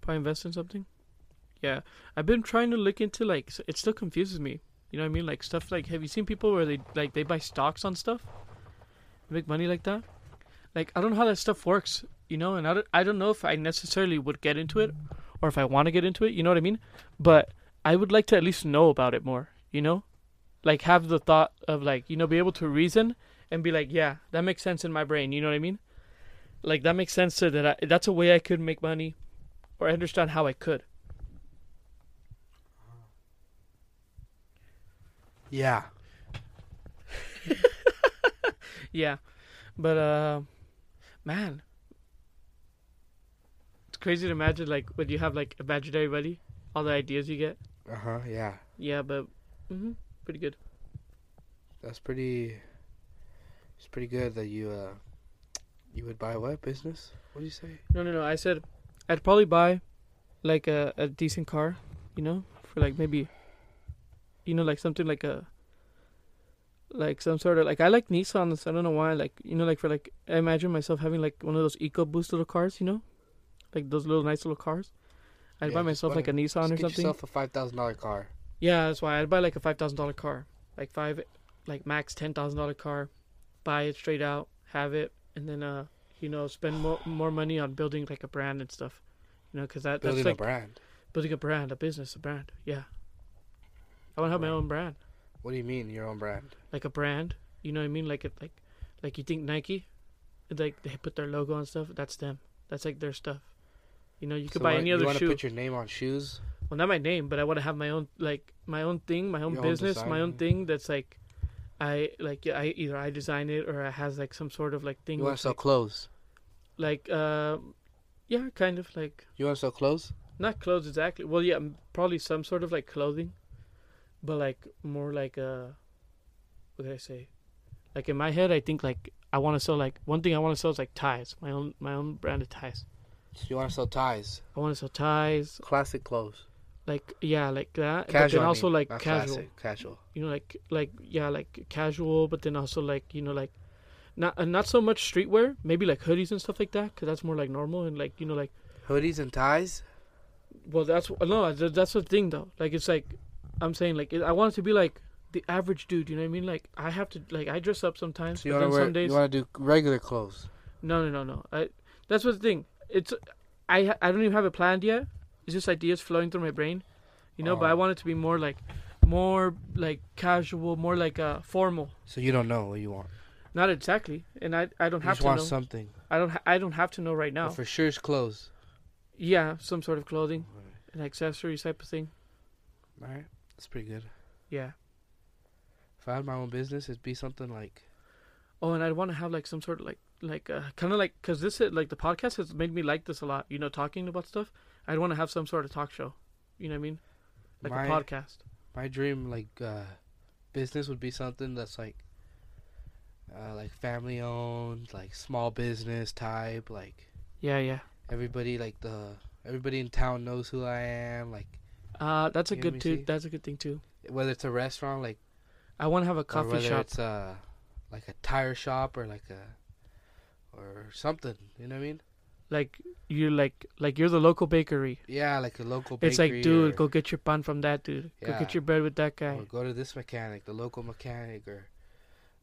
S2: probably invest in something. Yeah, I've been trying to look into like s- it still confuses me. You know what I mean? Like stuff like have you seen people where they like they buy stocks on stuff, make money like that? Like I don't know how that stuff works, you know, and I don't I don't know if I necessarily would get into it or if I want to get into it. You know what I mean? But I would like to at least know about it more. You know, like have the thought of like you know be able to reason and be like yeah that makes sense in my brain. You know what I mean? Like that makes sense so that I, that's a way I could make money or I understand how I could.
S1: Yeah.
S2: Yeah, but uh, man, it's crazy to imagine like when you have like imaginary buddy, all the ideas you get.
S1: Uh huh. Yeah.
S2: Yeah, but hmm pretty good.
S1: That's pretty. It's pretty good that you uh, you would buy what business? What do you say?
S2: No, no, no. I said I'd probably buy like a, a decent car, you know, for like maybe, you know, like something like a, like some sort of like I like Nissans. I don't know why. Like you know, like for like I imagine myself having like one of those EcoBoost little cars. You know, like those little nice little cars. I'd
S1: Yeah,
S2: buy
S1: just
S2: myself
S1: buy
S2: like a
S1: a-
S2: Nissan
S1: Just
S2: or
S1: get
S2: something.
S1: yourself a five thousand dollar car.
S2: Yeah, that's why I'd buy like a five thousand dollar car, like five, like max ten thousand dollar car, buy it straight out, have it, and then uh, you know, spend more more money on building like a brand and stuff, you know, because that
S1: Building
S2: that's like
S1: a brand.
S2: building a brand, a business, a brand. Yeah, I want to have my own brand,
S1: What do you mean your own brand?
S2: like a brand. You know what I mean? Like it, like, like you think Nike, like they put their logo and stuff. That's them. That's like their stuff. You know, you
S1: So
S2: could buy
S1: what,
S2: any
S1: you
S2: other
S1: wanna
S2: shoe.
S1: put your name on shoes?
S2: well not my name but i want to have my own like my own thing my own
S1: Your own
S2: business my
S1: design,
S2: own
S1: yeah.
S2: thing that's like i like yeah, i either i design it or it has like some sort of like thing
S1: You want to
S2: with,
S1: sell clothes?
S2: like uh, yeah kind of like
S1: You want to sell clothes?
S2: not clothes exactly well yeah m- probably some sort of like clothing but like more like uh what did i say like in my head i think like i want to sell like one thing i want to sell is like ties my own my own brand of ties
S1: You want to sell ties?
S2: i want to sell ties
S1: Classic clothes.
S2: like yeah like that but
S1: Casual.
S2: then
S1: I
S2: also
S1: mean,
S2: like
S1: not
S2: casual
S1: classic, Casual.
S2: you know like like yeah like casual but then also like you know like not uh, not so much streetwear maybe like hoodies and stuff like that because that's more like normal and like you know like
S1: Hoodies and ties.
S2: well that's no th- that's the thing though like it's like i'm saying like it, i want it to be like the average dude you know what i mean like i have to like i dress up sometimes
S1: So you want
S2: but then
S1: to wear?
S2: some days
S1: You want to do regular clothes?
S2: no no no no I, that's what the thing it's i ha- i don't even have it planned yet it's just ideas flowing through my brain you know but i
S1: Oh.
S2: want it to be more like more like casual more like uh formal
S1: So you don't know what you want.
S2: Not exactly, and I I don't
S1: You
S2: have
S1: just
S2: to know.
S1: want something.
S2: I don't ha- I don't have to know right now.
S1: But for sure, it's clothes.
S2: Yeah, some sort of clothing, an accessories type of thing.
S1: All right, that's pretty good.
S2: Yeah.
S1: If I had my own business, it'd be something like
S2: Oh, and I'd want to have like some sort of like like uh, kind of like because this is, like the podcast has made me like this a lot. You know, talking about stuff. I'd want to have some sort of talk show. You know what I mean? Like
S1: My-
S2: a podcast.
S1: my dream, like uh, business would be something that's like uh, like family owned, like small business type, like
S2: Yeah, yeah.
S1: everybody like the everybody in town knows who I am, like
S2: Uh, that's a
S1: Yeah, let me
S2: good too.
S1: see.
S2: That's a good thing too.
S1: whether it's a restaurant, like
S2: I want to have a
S1: or
S2: coffee
S1: whether
S2: shop.
S1: it's uh like a tire shop or like a or something, you know what I mean?
S2: Like you like like you're the local bakery.
S1: Yeah, like a local bakery.
S2: it's like, dude,
S1: or-
S2: go get your bun from that dude. Go
S1: Yeah.
S2: get your bread with that guy.
S1: or go to this mechanic, the local mechanic, or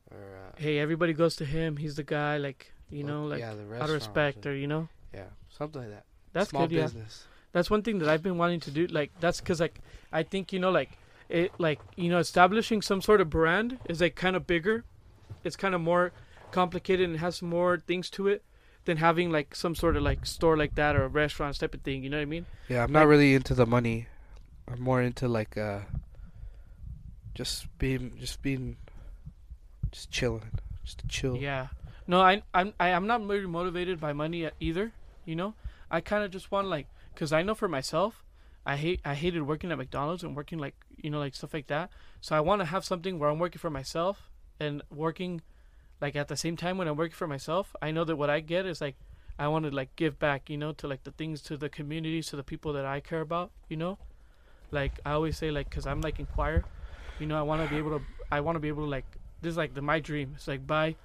S1: or uh,
S2: hey, everybody goes to him. He's the guy, like [laughs] you
S1: Look,
S2: know, like
S1: yeah, the
S2: out of
S1: restaurants
S2: respect,
S1: and-
S2: or you know,
S1: yeah, something like that.
S2: that's
S1: Small
S2: good. Yeah,
S1: business.
S2: that's one thing that I've been wanting to do. Like that's because like I think you know, like it, like you know, establishing some sort of brand is like kind of bigger. It's kind of more complicated and has more things to it than having like some sort of like store like that or a restaurant type of thing. You know what I mean?
S1: Yeah, I'm not really into the money. I'm more into like uh, just being, just being, just chilling, just to chill.
S2: Yeah. No, I, I'm I, I'm not really motivated by money e- either. You know, I kind of just want like, cause I know for myself, I hate I hated working at McDonald's and working like you know like stuff like that. So I want to have something where I'm working for myself and working, like at the same time when I'm working for myself, I know that what I get is like, I want to like give back, you know, to like the things to the communities to the people that I care about, you know, like I always say like, cause I'm like in choir, you know, I want to be able to I want to be able to like this is like the my dream. It's like buy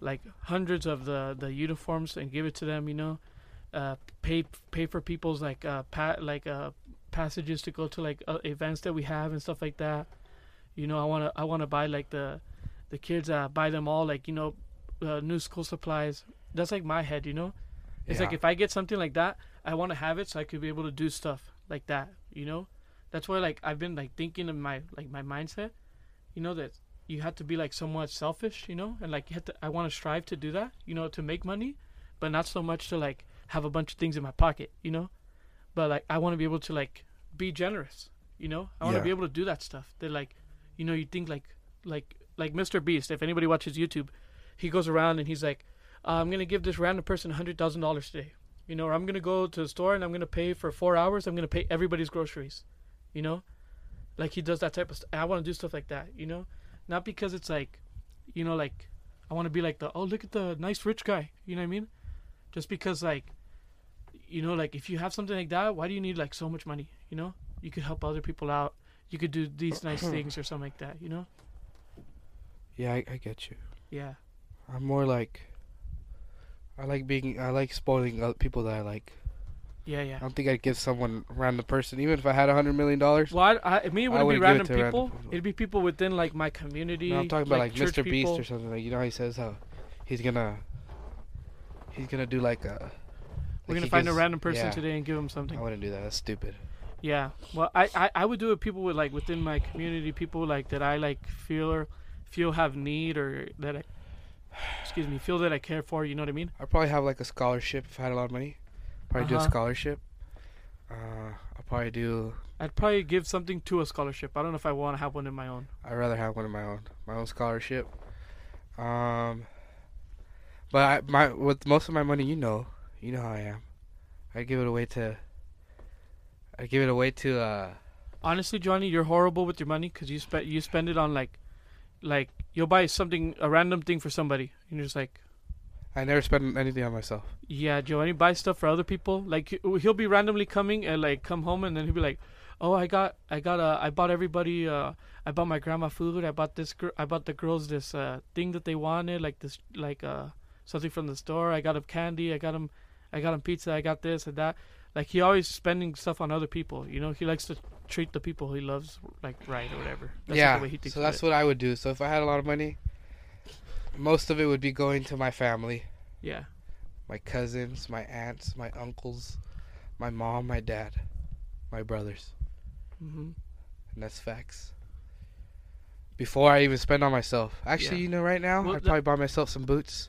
S2: like hundreds of the the uniforms and give it to them you know uh pay pay for people's like uh pa- like uh passages to go to like uh, events that we have and stuff like that you know i want to i want to buy like the the kids uh buy them all like you know uh, new school supplies that's like my head you know it's like
S1: Yeah.
S2: if i get something like that i want to have it so i could be able to do stuff like that you know that's why like i've been like thinking in my like my mindset you know that you have to be like somewhat selfish, you know, and like you have to. I want to strive to do that, you know, to make money, but not so much to like have a bunch of things in my pocket, you know. But like I want to be able to like be generous, you know. I want to
S1: Yeah.
S2: be able to do that stuff. That like, you know, you think like like like Mr. Beast. If anybody watches YouTube, he goes around and he's like, uh, I'm gonna give this random person hundred thousand dollars today, you know, or I'm gonna go to the store and I'm gonna pay for four hours. I'm gonna pay everybody's groceries, you know. Like he does that type of stuff. I want to do stuff like that, you know not because it's like you know like i want to be like the oh look at the nice rich guy you know what i mean just because like you know like if you have something like that why do you need like so much money you know you could help other people out. You could do
S1: [clears throat]
S2: these nice things or something like that. You know?
S1: Yeah, I, I get you.
S2: Yeah.
S1: I'm more like. I like being. I like spoiling other people that I like.
S2: Yeah.
S1: I [clears throat]
S2: Yeah.
S1: don't think I'd give someone a random person, even if I had a hundred million dollars.
S2: Well, I, I, me, it
S1: I wouldn't give it
S2: wouldn't be random
S1: to
S2: people.
S1: random people.
S2: It'd be people within like my community.
S1: No, I'm talking about like,
S2: church
S1: Mr.
S2: people.
S1: Beast or something. Like you know how he says how he's gonna. He's gonna do like a. like
S2: We're gonna
S1: he
S2: find a
S1: gives-
S2: random person
S1: yeah,
S2: today and give them something.
S1: I wouldn't do that. That's stupid.
S2: Yeah. Well, I, I, I would do it. People with like within my community, people like that I like feel or feel have need or that I, [sighs] excuse me, feel that I care for. You know what I mean?
S1: I'd probably have like a scholarship if I had a lot of money. Probably do a
S2: Uh-huh.
S1: scholarship. Uh, I'll probably do.
S2: I'd probably give something to a scholarship. I don't know if I want to have one of my own.
S1: I'd rather have one of my own, my own scholarship. Um, but I, my with most of my money, you know, you know how I am. I give it away to. I give it away to. Uh,
S2: Honestly, Johnny, you're horrible with your money because you spend you spend it on like, like you'll buy something a random thing for somebody and you're just like,
S1: I never spend anything on myself.
S2: yeah, Johnny, buy stuff for other people. Like he- he'll be randomly coming and like come home and then he'll be like, oh, I got I got uh, I bought everybody uh I bought my grandma food. I bought this gr- I bought the girls this uh thing that they wanted like this like uh something from the store. I got them candy. I got them I got him pizza. I got this and that. Like he always spending stuff on other people. You know, he likes to treat the people he loves like right or whatever. That's like,
S1: yeah,
S2: the way he thinks
S1: so
S2: of
S1: that's
S2: it.
S1: what I would do. So if I had a lot of money, most of it would be going to my family,
S2: yeah.
S1: my cousins, my aunts, my uncles, my mom, my dad, my brothers.
S2: hmm
S1: And that's facts. Before I even spend on myself. Actually,
S2: Yeah.
S1: you know, right now,
S2: Well,
S1: I'd
S2: the-
S1: probably buy myself some boots.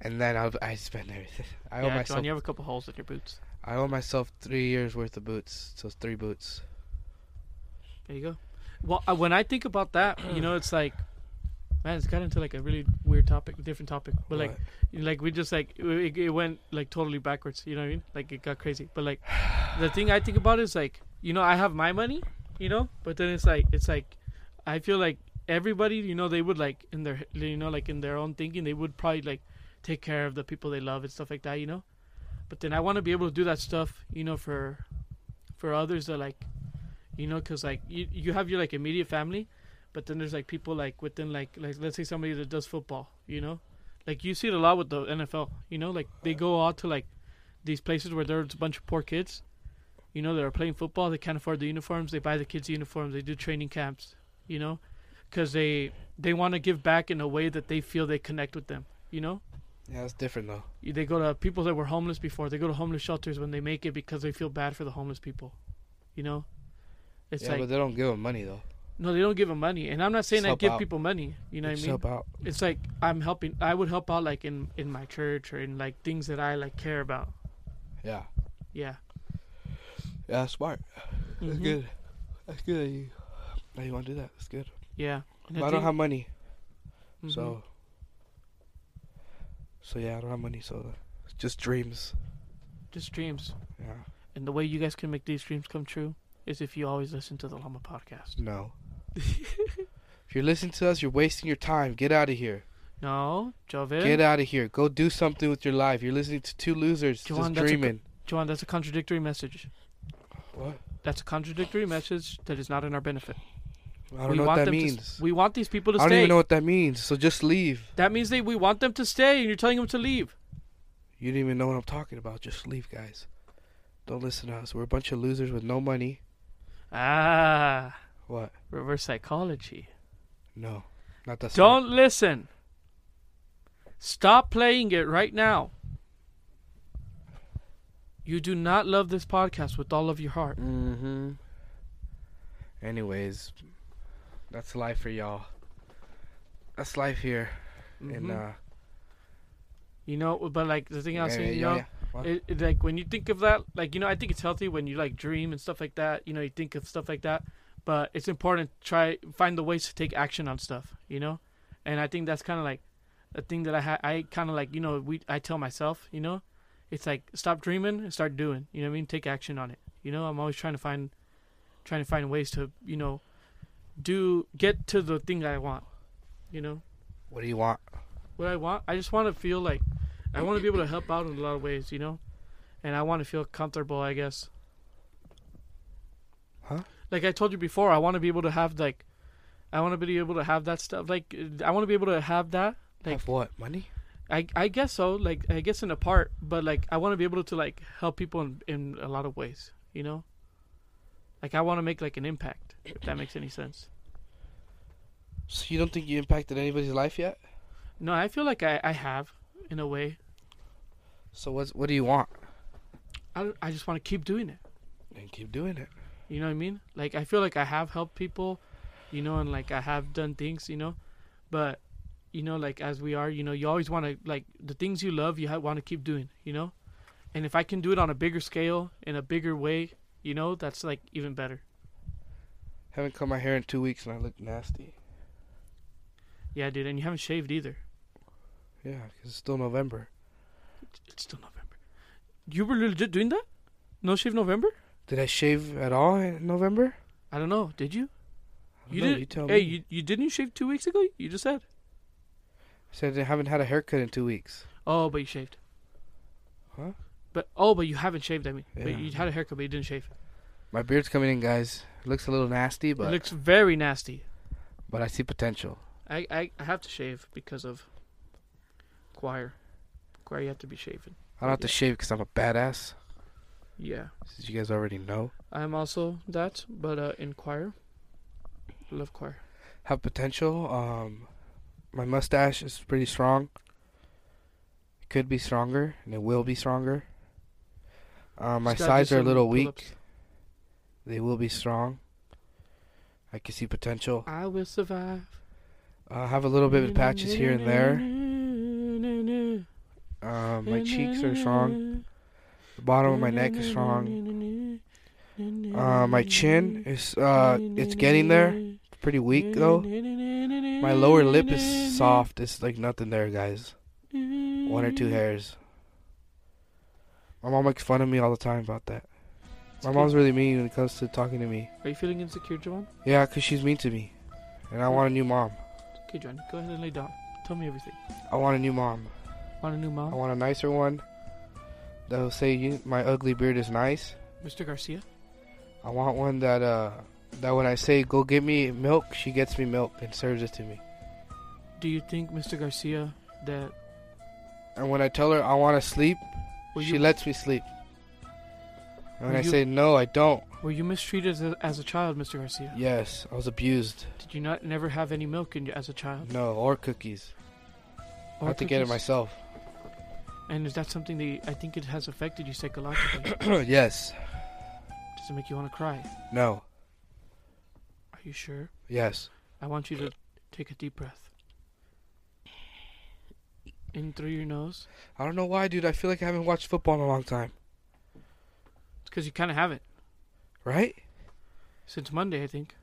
S1: And then I'll, I spend everything. [laughs] I owe
S2: Yeah,
S1: myself.
S2: John, you have a couple holes in your boots.
S1: I owe myself three years worth of boots. So it's three boots.
S2: There you go. Well, I- when I think about that, you know, it's like, man, it's got into like a really weird topic, different topic. But like,
S1: What?
S2: you- like we just like it, it went like totally backwards. You know what I mean? Like it got crazy. But like, the thing I think about is like, you know, I have my money, you know, but then it's like, it's like, I feel like everybody, you know, they would like in their, you know, like in their own thinking, they would probably like take care of the people they love and stuff like that, you know. But then I want to be able to do that stuff, you know, for, for others that like you know because like you, you have your like immediate family but then there's like people like within like like let's say somebody that does football you know like you see it a lot with the nfl you know like they go out to like these places where there's a bunch of poor kids you know that are playing football they can't afford the uniforms they buy the kids uniforms they do training camps you know because they they want to give back in a way that they feel they connect with them you know
S1: Yeah, that's different, though.
S2: they go to people that were homeless before. They go to homeless shelters when they make it because they feel bad for the homeless people. You know, it's
S1: yeah,
S2: like
S1: but they don't give them money, though.
S2: no, they don't give them money. And I'm not saying
S1: Just
S2: I
S1: help
S2: give
S1: out.
S2: people money. You know
S1: They just
S2: what I mean?
S1: help out.
S2: It's like I'm helping. I would help out like in in my church or in like things that I like care about.
S1: Yeah.
S2: Yeah.
S1: Yeah, that's smart. That's
S2: Mhm.
S1: good. That's good. that You, that you want to do that. That's good.
S2: Yeah. And
S1: But I don't
S2: think-
S1: have money,
S2: mhm.
S1: so. So, yeah, I don't have money, so. It's just dreams.
S2: just dreams.
S1: Yeah.
S2: And the way you guys can make these dreams come true is if you always listen to the Llama podcast.
S1: No. [laughs] if you're listening to us, you're wasting your time. Get out of here.
S2: No, Jovan.
S1: Get out of here. Go do something with your life. You're listening to two losers just
S2: Johan, that's a co-
S1: dreaming.
S2: Joan, that's a contradictory message.
S1: What?
S2: That's a contradictory message that is not in our benefit.
S1: I don't know what that means.
S2: To, we want these
S1: I
S2: people to
S1: don't
S2: stay.
S1: even know what that means. So just leave.
S2: That means they we want them to stay, and you're telling them to leave.
S1: You didn't even know what I'm talking about. Just leave, guys. Don't listen to us. We're a bunch of losers with no money.
S2: Ah,
S1: What?
S2: reverse psychology.
S1: No. Not that smart.
S2: Don't listen. Stop playing it right now. You do not love this podcast with all of your heart.
S1: Mm-hmm. Anyways, that's life for y'all. That's life here. And,
S2: Mhm.
S1: uh...
S2: You know, but like the thing I was
S1: yeah,
S2: saying, you
S1: yeah,
S2: know,
S1: yeah. What?
S2: It, it, like when you think of that, like you know, I think it's healthy when you like dream and stuff like that. You know, you think of stuff like that, but it's important to try find the ways to take action on stuff. You know, and I think that's kind of like a thing that I ha- I kind of like you know we I tell myself you know, it's like stop dreaming and start doing. You know what I mean? Take action on it. You know, I'm always trying to find trying to find ways to you know do get to the thing that I want. You know
S1: What do you want?
S2: what I want. I just want to feel like I want to be able to help out in a lot of ways, you know, and I want to feel comfortable. I guess.
S1: Huh?
S2: like I told you before, I want to be able to have like, I want to be able to have that stuff. Like I want to be able to have that. Like
S1: Have what? Money?
S2: I I guess so. Like I guess in a part, but like I want to be able to like help people in in a lot of ways. You know. Like I want to make like an impact. If that makes any sense.
S1: So you don't think you impacted anybody's life yet?
S2: No, I feel like I I have in a way.
S1: So what's what do you want?
S2: I I just want to keep doing it.
S1: And keep doing it.
S2: You know what I mean? Like I feel like I have helped people, you know, and like I have done things, you know, but you know, like as we are, you know, you always want to like the things you love, you ha- want to keep doing, you know, and if I can do it on a bigger scale in a bigger way, you know, that's like even better.
S1: Haven't cut my hair in two weeks and I look nasty.
S2: Yeah, dude, and you haven't shaved either.
S1: Yeah, 'cause it's still November.
S2: It's still November. You were legit doing that? No shave November?
S1: Did I shave at all in November?
S2: I don't know. Did you?
S1: I don't
S2: You
S1: know,
S2: did.
S1: You tell
S2: hey,
S1: me.
S2: you you didn't you shave two weeks ago? You just said.
S1: Said I haven't had a haircut in two weeks.
S2: Oh, but you shaved.
S1: Huh?
S2: But oh, but you haven't shaved. I mean,
S1: Yeah.
S2: but you had a haircut, but you didn't shave.
S1: My beard's coming in, guys. It looks a little nasty, but
S2: it looks very nasty.
S1: but I see potential.
S2: I, I I have to shave because of choir. Choir, you have to be shaven.
S1: I don't have to
S2: Yeah.
S1: shave because I'm a badass,
S2: Yeah,
S1: as you guys already know.
S2: I'm also that, but uh, in choir, I love choir.
S1: Have potential. Um, my mustache is pretty strong. It could be stronger, and it will be stronger. Uh, my
S2: Just gotta do
S1: sides are a
S2: some
S1: little
S2: pull-ups.
S1: weak. They will be strong. I can see potential.
S2: I will survive.
S1: I have a little bit of patches here and there.
S2: there.
S1: Um, my cheeks are strong. The bottom of my neck is strong. Uh, my chin is uh, it's getting there. It's pretty weak though. My lower lip is soft. It's like nothing there, guys. One or
S2: Mm.
S1: two hairs. My mom makes fun of me all the time about that. My mom's really mean when it comes to talking to me.
S2: Are you feeling insecure, Joanne?
S1: Yeah, 'cause she's mean to me. And I want a new mom.
S2: Okay, Joanne, go ahead and lay down. Tell me everything.
S1: I want a new mom.
S2: Want a new
S1: I
S2: mom?
S1: want a nicer one that'll say you, my ugly beard is nice.
S2: Mr. Garcia?
S1: I want one that uh that when I say go get me milk, she gets me milk and serves it to me.
S2: Do you think, Mr. Garcia, that
S1: And when I tell her I want to sleep,
S2: were
S1: she
S2: you,
S1: lets me sleep. And when
S2: Were
S1: I
S2: you-
S1: say no, I don't.
S2: were you mistreated as a, as a child, Mr. Garcia?
S1: Yes, I was abused.
S2: Did you not never have any milk in you as a child?
S1: No, or cookies. I
S2: Or
S1: have to get it
S2: cookies?
S1: myself.
S2: And is that something that I think it has affected you
S1: [coughs]
S2: psychologically?
S1: [clears throat] yes.
S2: Does it make you want to cry?
S1: No.
S2: Are you sure?
S1: Yes.
S2: I want you to take a deep breath. In through your nose.
S1: I don't know why, dude. I feel like I haven't watched football in a long time.
S2: It's because you kind of haven't.
S1: Right?
S2: Since Monday, I think.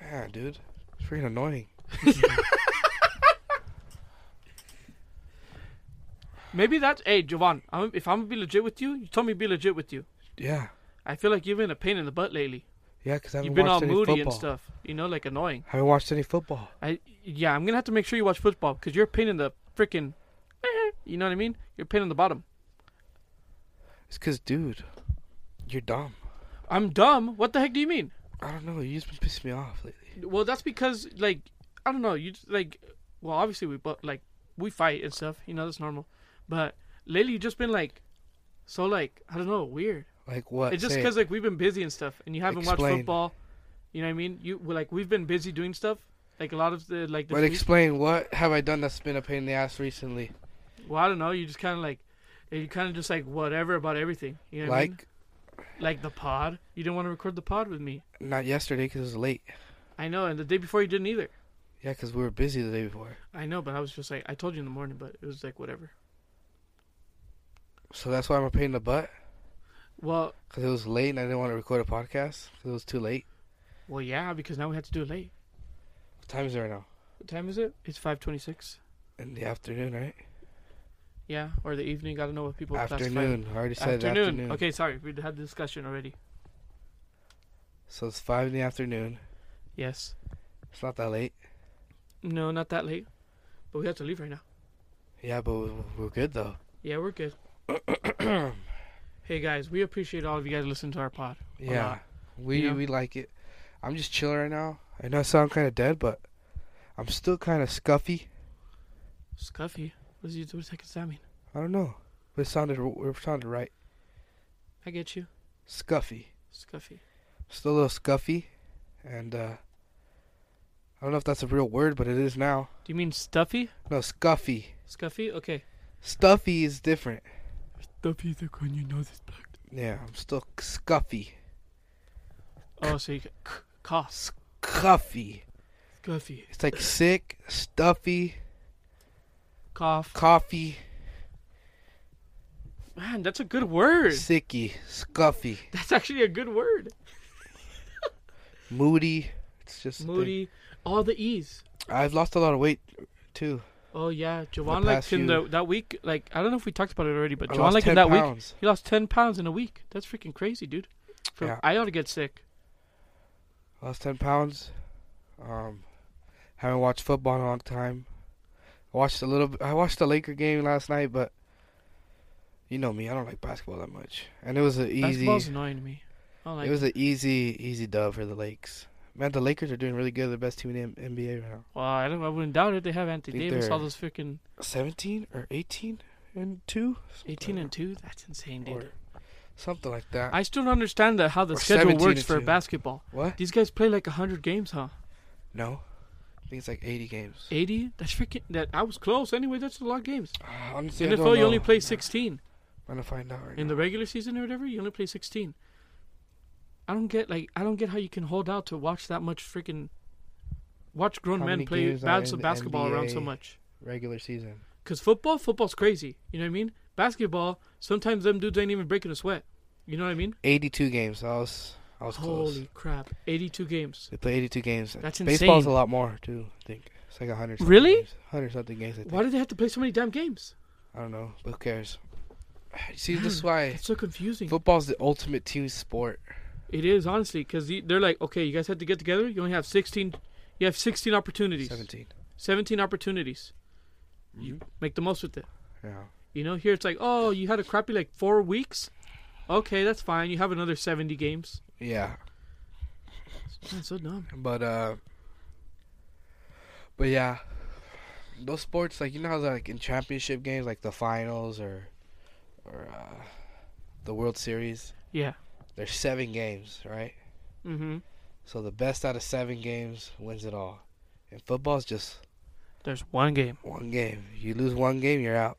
S1: Man, dude. It's freaking annoying.
S2: Maybe that's. Hey, Jovan, I'm, if I'm going to be legit with you, you told me to be legit with you.
S1: Yeah.
S2: I feel like you've been a pain in the butt lately.
S1: Yeah, 'cause I haven't
S2: You've been all
S1: watched any
S2: moody
S1: football.
S2: and stuff. You know, like annoying.
S1: I haven't watched any football.
S2: I yeah, I'm gonna have to make sure you watch football because you're a pain in the freaking. [laughs] You know what I mean? You're a pain in the bottom.
S1: It's 'cause, dude, you're dumb.
S2: I'm dumb. What the heck do you mean?
S1: I don't know. You've just been pissing me off lately.
S2: Well, that's because like I don't know. You just, like well, obviously we but like we fight and stuff. You know that's normal. But lately you've just been like so like I don't know weird.
S1: Like what?
S2: it's just
S1: Say it.
S2: because like we've been busy and stuff, and you haven't watched
S1: Explain.
S2: football. You know what I mean? You well, like we've been busy doing stuff. Like a lot of the like. This
S1: But
S2: week.
S1: explain what have I done that's been a pain in the ass recently?
S2: well, I don't know. You just kind of like. You kind of just like whatever about everything. You know what I mean?
S1: like
S2: Like the pod. You didn't want to record the pod with me.
S1: not yesterday 'cause it was late.
S2: I know, and the day before you didn't either.
S1: Yeah, 'cause we were busy the day before.
S2: I know, but I was just like, I told you in the morning, but it was like whatever.
S1: So that's why I'm a pain in the butt.
S2: Well,
S1: 'Cause it was late and I didn't want to record a podcast 'cause it was too late.
S2: well, yeah, because now we had to do it late.
S1: What time is it right now?
S2: What time is it? It's five twenty-six.
S1: In the afternoon, right?
S2: Yeah, or the evening. I don't know what people classify. it.
S1: afternoon. I already said
S2: Afternoon.
S1: afternoon.
S2: Okay, sorry, we had the discussion already.
S1: So it's five in the afternoon.
S2: Yes.
S1: It's not that late.
S2: No, not that late. But we have to leave right now.
S1: Yeah, but we- we're good though. [clears throat]
S2: Yeah, we're good. hey guys, we appreciate all of you guys listening to our pod. a
S1: Yeah.
S2: lot.
S1: We
S2: Yeah.
S1: we like it. I'm just chilling right now. I know I sound kind of dead, but I'm still kind of scuffy.
S2: Scuffy. What does he- what the heck does that mean?
S1: I don't know, but it sounded it sounded right.
S2: I get you.
S1: Scuffy.
S2: Scuffy.
S1: Still a little scuffy, and uh, I don't know if that's a real word, but it is now.
S2: Do you mean stuffy?
S1: No, scuffy.
S2: Scuffy? Okay.
S1: Stuffy is different.
S2: Stuffy is like when your nose is plugged.
S1: Yeah, I'm still scuffy.
S2: Oh, so you c- c- cough.
S1: Cuffy.
S2: Scuffy.
S1: It's like sick, stuffy,
S2: Cough.
S1: coffee,
S2: Man, that's a good word.
S1: sicky, scuffy,
S2: That's actually a good word.
S1: moody. It's just a thing.
S2: Moody. All the E's.
S1: I've lost a lot of weight too.
S2: Oh yeah, Javon like
S1: past few-
S2: in the, that week. Like I don't know if we talked about it already, but
S1: I
S2: Javon
S1: lost
S2: like
S1: 10
S2: in that week,
S1: pounds.
S2: he lost ten pounds in a week. That's freaking crazy, dude. For,
S1: Yeah.
S2: I ought to get sick.
S1: Lost ten pounds. Um, haven't watched football in a long time. I watched a little. b- I watched the Laker game last night, but you know me, I don't like basketball that much. And it was an easy.
S2: Basketball's annoying to me. I don't like
S1: it was an easy, easy dub for the Lakers. Man, the Lakers are doing really good. They're the best team in the M- NBA right now.
S2: Well, I don't. I wouldn't doubt it. They have Anthony
S1: Think
S2: Davis.
S1: they're-
S2: All those freaking
S1: Seventeen or eighteen and two.
S2: eighteen and two. That's insane, dude.
S1: Or something like that.
S2: I still don't understand that how the
S1: or
S2: schedule
S1: 17
S2: works
S1: and
S2: for
S1: two.
S2: basketball.
S1: what?
S2: These guys play like hundred games, huh?
S1: No, I think it's like eighty games.
S2: Eighty? That's freaking. That I was close. Anyway, that's a lot of games.
S1: Uh, honestly, I don't
S2: NFL, you only
S1: know.
S2: play sixteen.
S1: I'm gonna find out right
S2: in
S1: now.
S2: the regular season or whatever, you only play 16. I don't get like I don't get how you can hold out to watch that much freaking watch grown
S1: How
S2: men
S1: many
S2: play
S1: games are
S2: bats
S1: in
S2: of
S1: the
S2: basketball around so
S1: NBA?
S2: much.
S1: regular season.
S2: Cause football, football's crazy. You know what I mean? Basketball, sometimes them dudes ain't even breaking a sweat. You know what I mean?
S1: 82 games. I was I was
S2: Holy
S1: close.
S2: crap! 82 games.
S1: They play 82 games.
S2: That's
S1: Baseball's a
S2: insane.
S1: lot more too. I think it's like 100. something
S2: Really?
S1: games. 100 something games. I think.
S2: Why do they have to play so many damn games?
S1: I don't know. But who cares? [sighs] You see,
S2: Man,
S1: this
S2: [gasps]
S1: is why
S2: That's so confusing.
S1: football's the ultimate team sport.
S2: It is honestly because they're like, okay, you guys had to get together. You only have 16. You have 16 opportunities.
S1: 17.
S2: 17 opportunities. You make the most with it.
S1: Yeah.
S2: You know, here it's like, oh, you had a crappy like four weeks. Okay, that's fine. You have another 70 games.
S1: Yeah.
S2: Man, so dumb.
S1: But uh. But yeah, those sports like you know how like in championship games like the finals or, or uh, the World Series.
S2: Yeah.
S1: There's seven games, right?
S2: Mm-hmm.
S1: So the best out of seven games wins it all. And football's just
S2: There's one game,
S1: one game. You lose one game, you're out.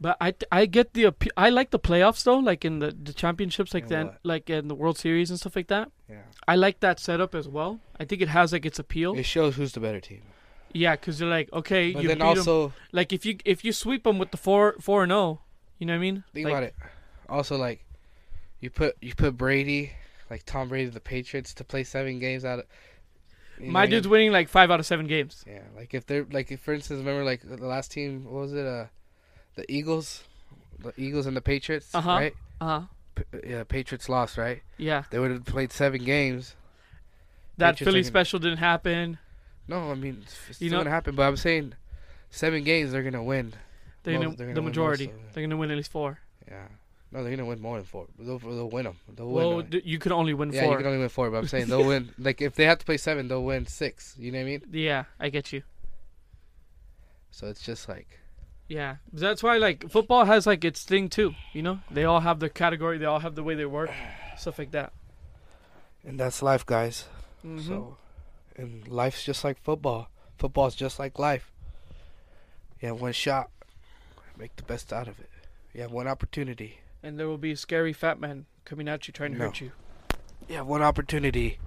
S2: but I I get the appe- I like the playoffs though, like in the the championships, like
S1: In
S2: then
S1: what?
S2: like in the World Series and stuff like that.
S1: Yeah.
S2: I like that setup as well. I think it has like its appeal.
S1: It shows who's the better team.
S2: yeah, because you're like, okay,
S1: But
S2: you beat
S1: then
S2: 'em.
S1: also
S2: Like if you if you sweep them with the four four and zero, you know what I mean?
S1: think
S2: like,
S1: about it. Also like you put you put Brady, like Tom Brady of the Patriots to play seven games out of you know
S2: My
S1: what I
S2: dude's
S1: mean?
S2: winning like five out of seven games.
S1: Yeah, like if they're like if, for instance remember like the last team what was it uh the Eagles the Eagles and the Patriots,
S2: Uh-huh.
S1: right?
S2: Uh huh.
S1: P- yeah, Patriots lost, right?
S2: Yeah,
S1: They would have played seven games.
S2: that
S1: Patriots
S2: Philly
S1: are gonna-
S2: special didn't happen.
S1: No, I mean it's, it's
S2: You
S1: still
S2: know-
S1: gonna happen. But I'm saying, seven games they're gonna win.
S2: They're
S1: Most-
S2: gonna,
S1: they're gonna
S2: the
S1: win most
S2: majority.
S1: of it.
S2: They're gonna win at least four.
S1: Yeah, no, they're gonna win more than four. They'll, they'll win them. They'll
S2: Well,
S1: win.
S2: d- you can only win
S1: yeah,
S2: four.
S1: you can only win four. But I'm saying
S2: [laughs]
S1: they'll win. Like if they have to play seven, they'll win six. You know what I mean?
S2: yeah, I get you.
S1: So it's just like
S2: Yeah, But that's why like football has like its thing too. You know, they all have their category. They all have the way they
S1: [sighs]
S2: work, stuff like that.
S1: and that's life, guys.
S2: Mhm.
S1: So and life's just like football. Football's just like life. You have one shot. Make the best out of it. You have one opportunity.
S2: and there will be a scary fat man coming at you trying to
S1: No.
S2: hurt you.
S1: You have one opportunity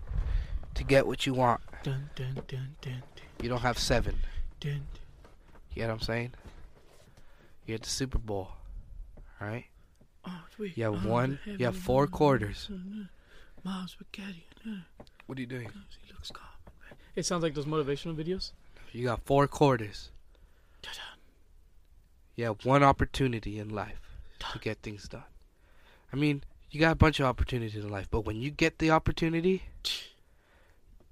S1: to get what you want.
S2: Dun dun dun dun
S1: You don't have seven.
S2: dun.
S1: You know what I'm saying? You had the Super Bowl, right?
S2: Oh, sweet.
S1: You have one. You have four quarters.
S2: Mom's spaghetti.
S1: What are you doing?
S2: She looks calm. It sounds like those
S1: [laughs]
S2: motivational videos.
S1: You got four quarters. You have one opportunity in life to get things done. I mean, you got a bunch of opportunities in life, but when you get the opportunity,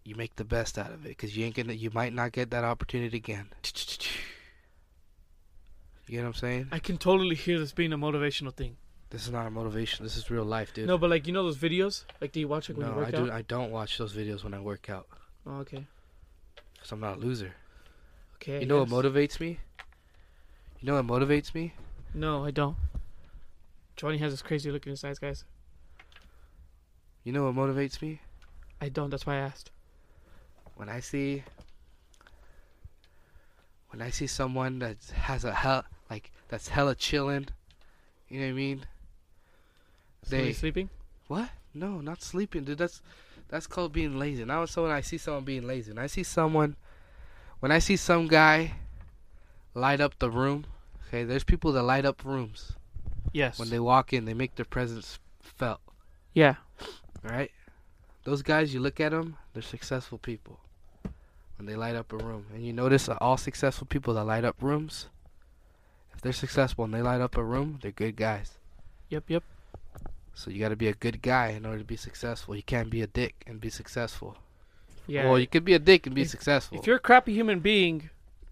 S1: you make the best out of it because you ain't gonna. You might not get that opportunity again. You know what I'm saying?
S2: I can totally hear this being a motivational thing.
S1: This is not a motivation. This is real life, dude.
S2: No, but like you know those videos, like do you watch like when you
S1: no,
S2: work
S1: I
S2: out?
S1: do. I don't watch those videos when I work out
S2: Oh, okay.
S1: because I'm not a loser.
S2: Okay. I
S1: you know
S2: guess.
S1: what motivates me? You know what motivates me?
S2: No, I don't. Johnny has this crazy look in his eyes, guys.
S1: You know what motivates me?
S2: I don't. That's why I asked.
S1: When I see when I see someone that has a hell like that's hella chilling. You know what I mean?
S2: Somebody
S1: They
S2: sleeping?
S1: What? No, not sleeping, dude. That's that's called being lazy. Now so when I see someone being lazy, when I see someone when I see some guy light up the room, okay, there's people that light up rooms.
S2: Yes.
S1: When they walk in, they make their presence felt,
S2: yeah.
S1: right? Those guys, you look at them, they're successful people. When they light up a room, and you notice that all successful people that light up rooms, if they're successful and they light up a room, they're good guys.
S2: Yep. Yep.
S1: So you got to be a good guy in order to be successful. You can't be a dick and be successful.
S2: Yeah.
S1: Well, you could be a dick and be successful.
S2: if you're a crappy human being,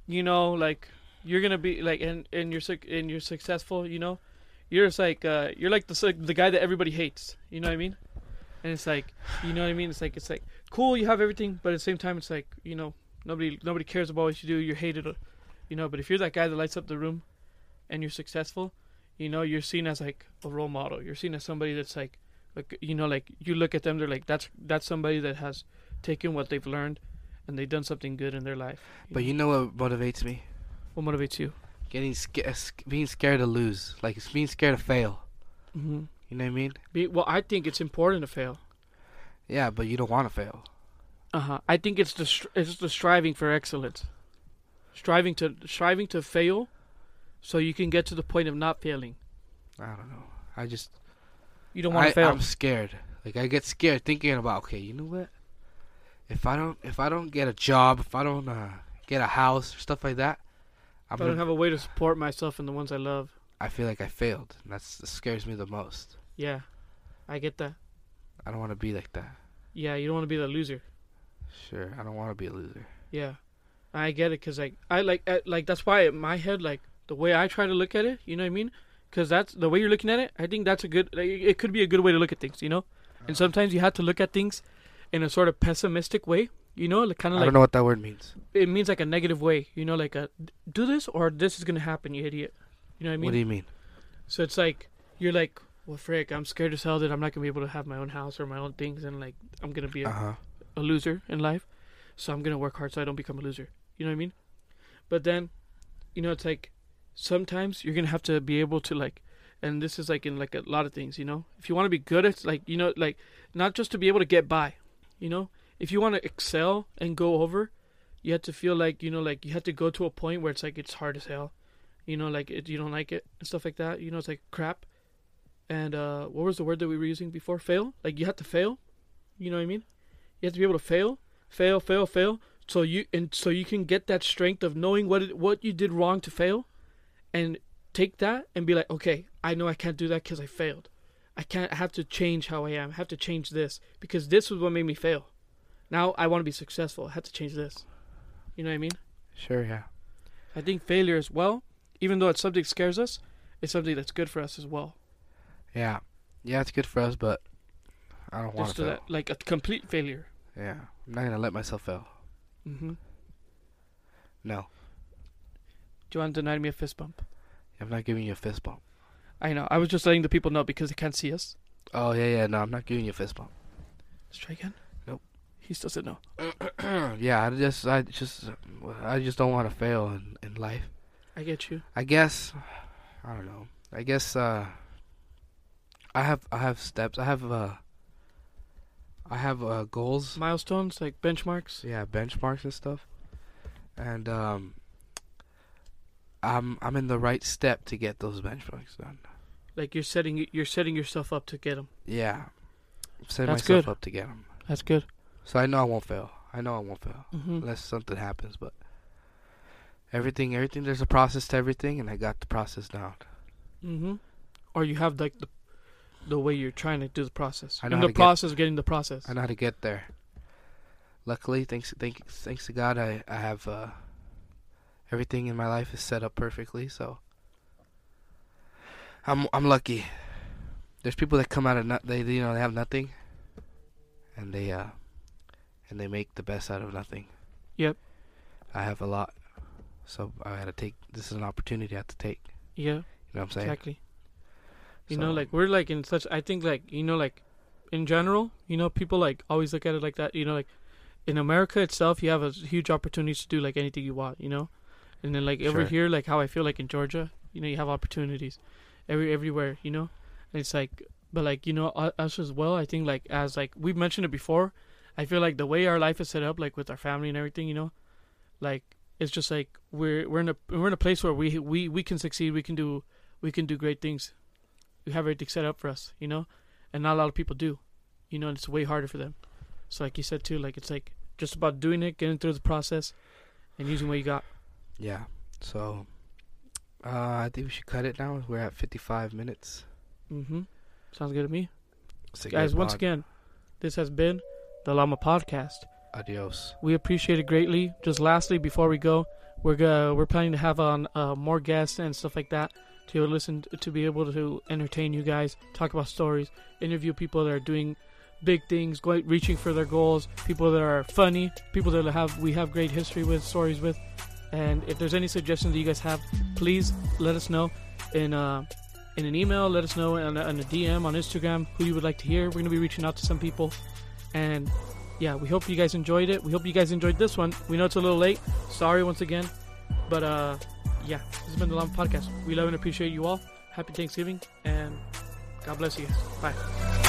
S2: you know, like you're gonna be like, and and you're suc- and you're successful, you know, you're just like uh, you're like the suc- the guy that everybody hates. You know what I mean? And it's like, you know what I mean? It's like it's like cool, you have everything, but at the same time, it's like you know nobody nobody cares about what you do. You're hated, uh, you know. But if you're that guy that lights up the room, and you're successful, you know, you're seen as like a role model. You're seen as somebody that's like, like you know, like you look at them, they're like that's that's somebody that has taken what they've learned and they've done something good in their life.
S1: but you know what motivates me?
S2: What motivates you?
S1: Getting sca- uh, sc- being scared to lose, like it's being scared to fail.
S2: Mm-hmm.
S1: You know what I mean?
S2: Be, well, I think it's important to fail.
S1: Yeah, but you don't want to fail.
S2: Uh
S1: Uh-huh.
S2: huh. I think it's the str- it's the striving for excellence, striving to striving to fail, so you can get to the point of not failing.
S1: I don't know. I just
S2: You don't want
S1: I-
S2: to fail.
S1: I'm scared. Like I get scared thinking about okay, you know what? If I don't if I don't get a job, if I don't uh, get a house or stuff like that, I'm
S2: If I don't
S1: gonna,
S2: have a way to support myself and the ones I love.
S1: I feel like I failed. And that's that scares me the most.
S2: Yeah, I get that.
S1: I don't want to be like that.
S2: Yeah, you don't want to be the loser.
S1: Sure, I don't want to be a loser.
S2: Yeah, I get it. Cause like I like I, like that's why in my head like the way I try to look at it. You know what I mean? Cause that's the way you're looking at it. I think that's a good. Like, it it could be a good way to look at things. You know,
S1: Uh-huh.
S2: and sometimes you have to look at things in a sort of pessimistic way. You know, like, kind of
S1: I
S2: like
S1: don't know what that word means.
S2: it means like a negative way. You know, like a do this or this is gonna happen, you idiot. You know what I mean?
S1: what do you mean?
S2: So it's like you're like, well, frick, I'm scared as hell that I'm not gonna be able to have my own house or my own things, and like I'm gonna be a,
S1: Uh huh.
S2: a loser in life, so I'm gonna work hard so I don't become a loser. You know what I mean? But then, you know, it's like sometimes you're gonna have to be able to like, and this is like in like a lot of things, you know. If you want to be good at like, you know, like not just to be able to get by, you know. If you want to excel and go over, you have to feel like you know, like you have to go to a point where it's like it's hard as hell, you know, like it, you don't like it and stuff like that. You know, it's like crap. And uh, what was the word that we were using before? Fail. Like you have to fail. You know what I mean? You have to be able to fail, fail, fail, fail. So you and so you can get that strength of knowing what it, what you did wrong to fail, and take that and be like, okay, I know I can't do that because I failed. I can't. I have to change how I am. I have to change this because this was what made me fail. Now I want to be successful. I have to change this. You know what I mean?
S1: Sure, yeah.
S2: I think failure as well, even though it's something that scares us, it's something that's good for us as well.
S1: Yeah. Yeah, it's good for us, but I don't want
S2: Just
S1: to
S2: to
S1: fail.
S2: that, like a complete failure.
S1: Yeah. I'm not going to let myself fail.
S2: Mm-hmm.
S1: No.
S2: Joanne denied me a fist bump.
S1: I'm not giving you a fist bump.
S2: I know. I was just letting the people know because they can't see us.
S1: Oh, yeah, yeah. No, I'm not giving you a fist bump.
S2: Let's try again.
S1: Nope.
S2: He still said no.
S1: [clears throat] yeah, I just, I just, I just don't want to fail in, in life.
S2: I get you.
S1: I guess, I don't know. I guess, uh, I have, I have steps. I have, uh, I have, uh, goals.
S2: Milestones, like benchmarks.
S1: yeah benchmarks and stuff and um i'm i'm in the right step to get those benchmarks done
S2: Like you're setting you're setting yourself up to get them.
S1: yeah I'm setting
S2: That's
S1: myself
S2: good.
S1: up to get them
S2: That's good.
S1: so i know i won't fail i know i won't fail
S2: Mm-hmm.
S1: unless something happens but everything everything there's a process to everything and i got the process down
S2: Mm-hmm. Or you have like the the way you're trying to do the process.
S1: I know
S2: and
S1: how to
S2: the
S1: get-
S2: process of getting the process.
S1: i know how to get there luckily thanks thank, thanks to god i i have uh everything in my life is set up perfectly so i'm i'm lucky There's people that come out of not they you know they have nothing, and they uh, and they make the best out of nothing.
S2: Yep.
S1: I have a lot, so I had to take. This is an opportunity I have to take.
S2: Yeah.
S1: You know what I'm saying?
S2: Exactly. You know,
S1: So-
S2: like we're like in such. I think like you know, like in general, you know, people like always look at it like that. You know, like in America itself, you have a huge opportunity to do like anything you want. You know, and then like over
S1: Sure.
S2: here, like how I feel like in Georgia, you know, you have opportunities every everywhere. You know, and it's like, but like you know, u- us as well. I think like as like we've mentioned it before, I feel like the way our life is set up, like with our family and everything, you know, like it's just like we're we're in a we're in a place where we we we can succeed, we can do we can do great things. We have everything set up for us, you know, and not a lot of people do, you know, and it's way harder for them. So like you said too, like it's like just about doing it, getting through the process, and using what you got.
S1: Yeah. So, uh, I think we should cut it now. We're at 55 minutes.
S2: hmm Sounds good to me,
S1: It's a
S2: guys.
S1: good
S2: Once
S1: pod.
S2: again, this has been the Llama Podcast.
S1: adios.
S2: We appreciate it greatly. Just lastly, before we go, we're go- we're planning to have on uh, more guests and stuff like that to listen to be able to entertain you guys, talk about stories, interview people that are doing big things, going reaching for their goals, people that are funny, people that have we have great history with stories with. And if there's any suggestions that you guys have, please let us know in uh, in an email. Let us know in a, in a DM on Instagram who you would like to hear. We're gonna be reaching out to some people, and yeah, we hope you guys enjoyed it. We hope you guys enjoyed this one. We know it's a little late. Sorry once again. But uh yeah, this has been the Long Podcast. We love and appreciate you all. Happy Thanksgiving and God bless you guys. Bye.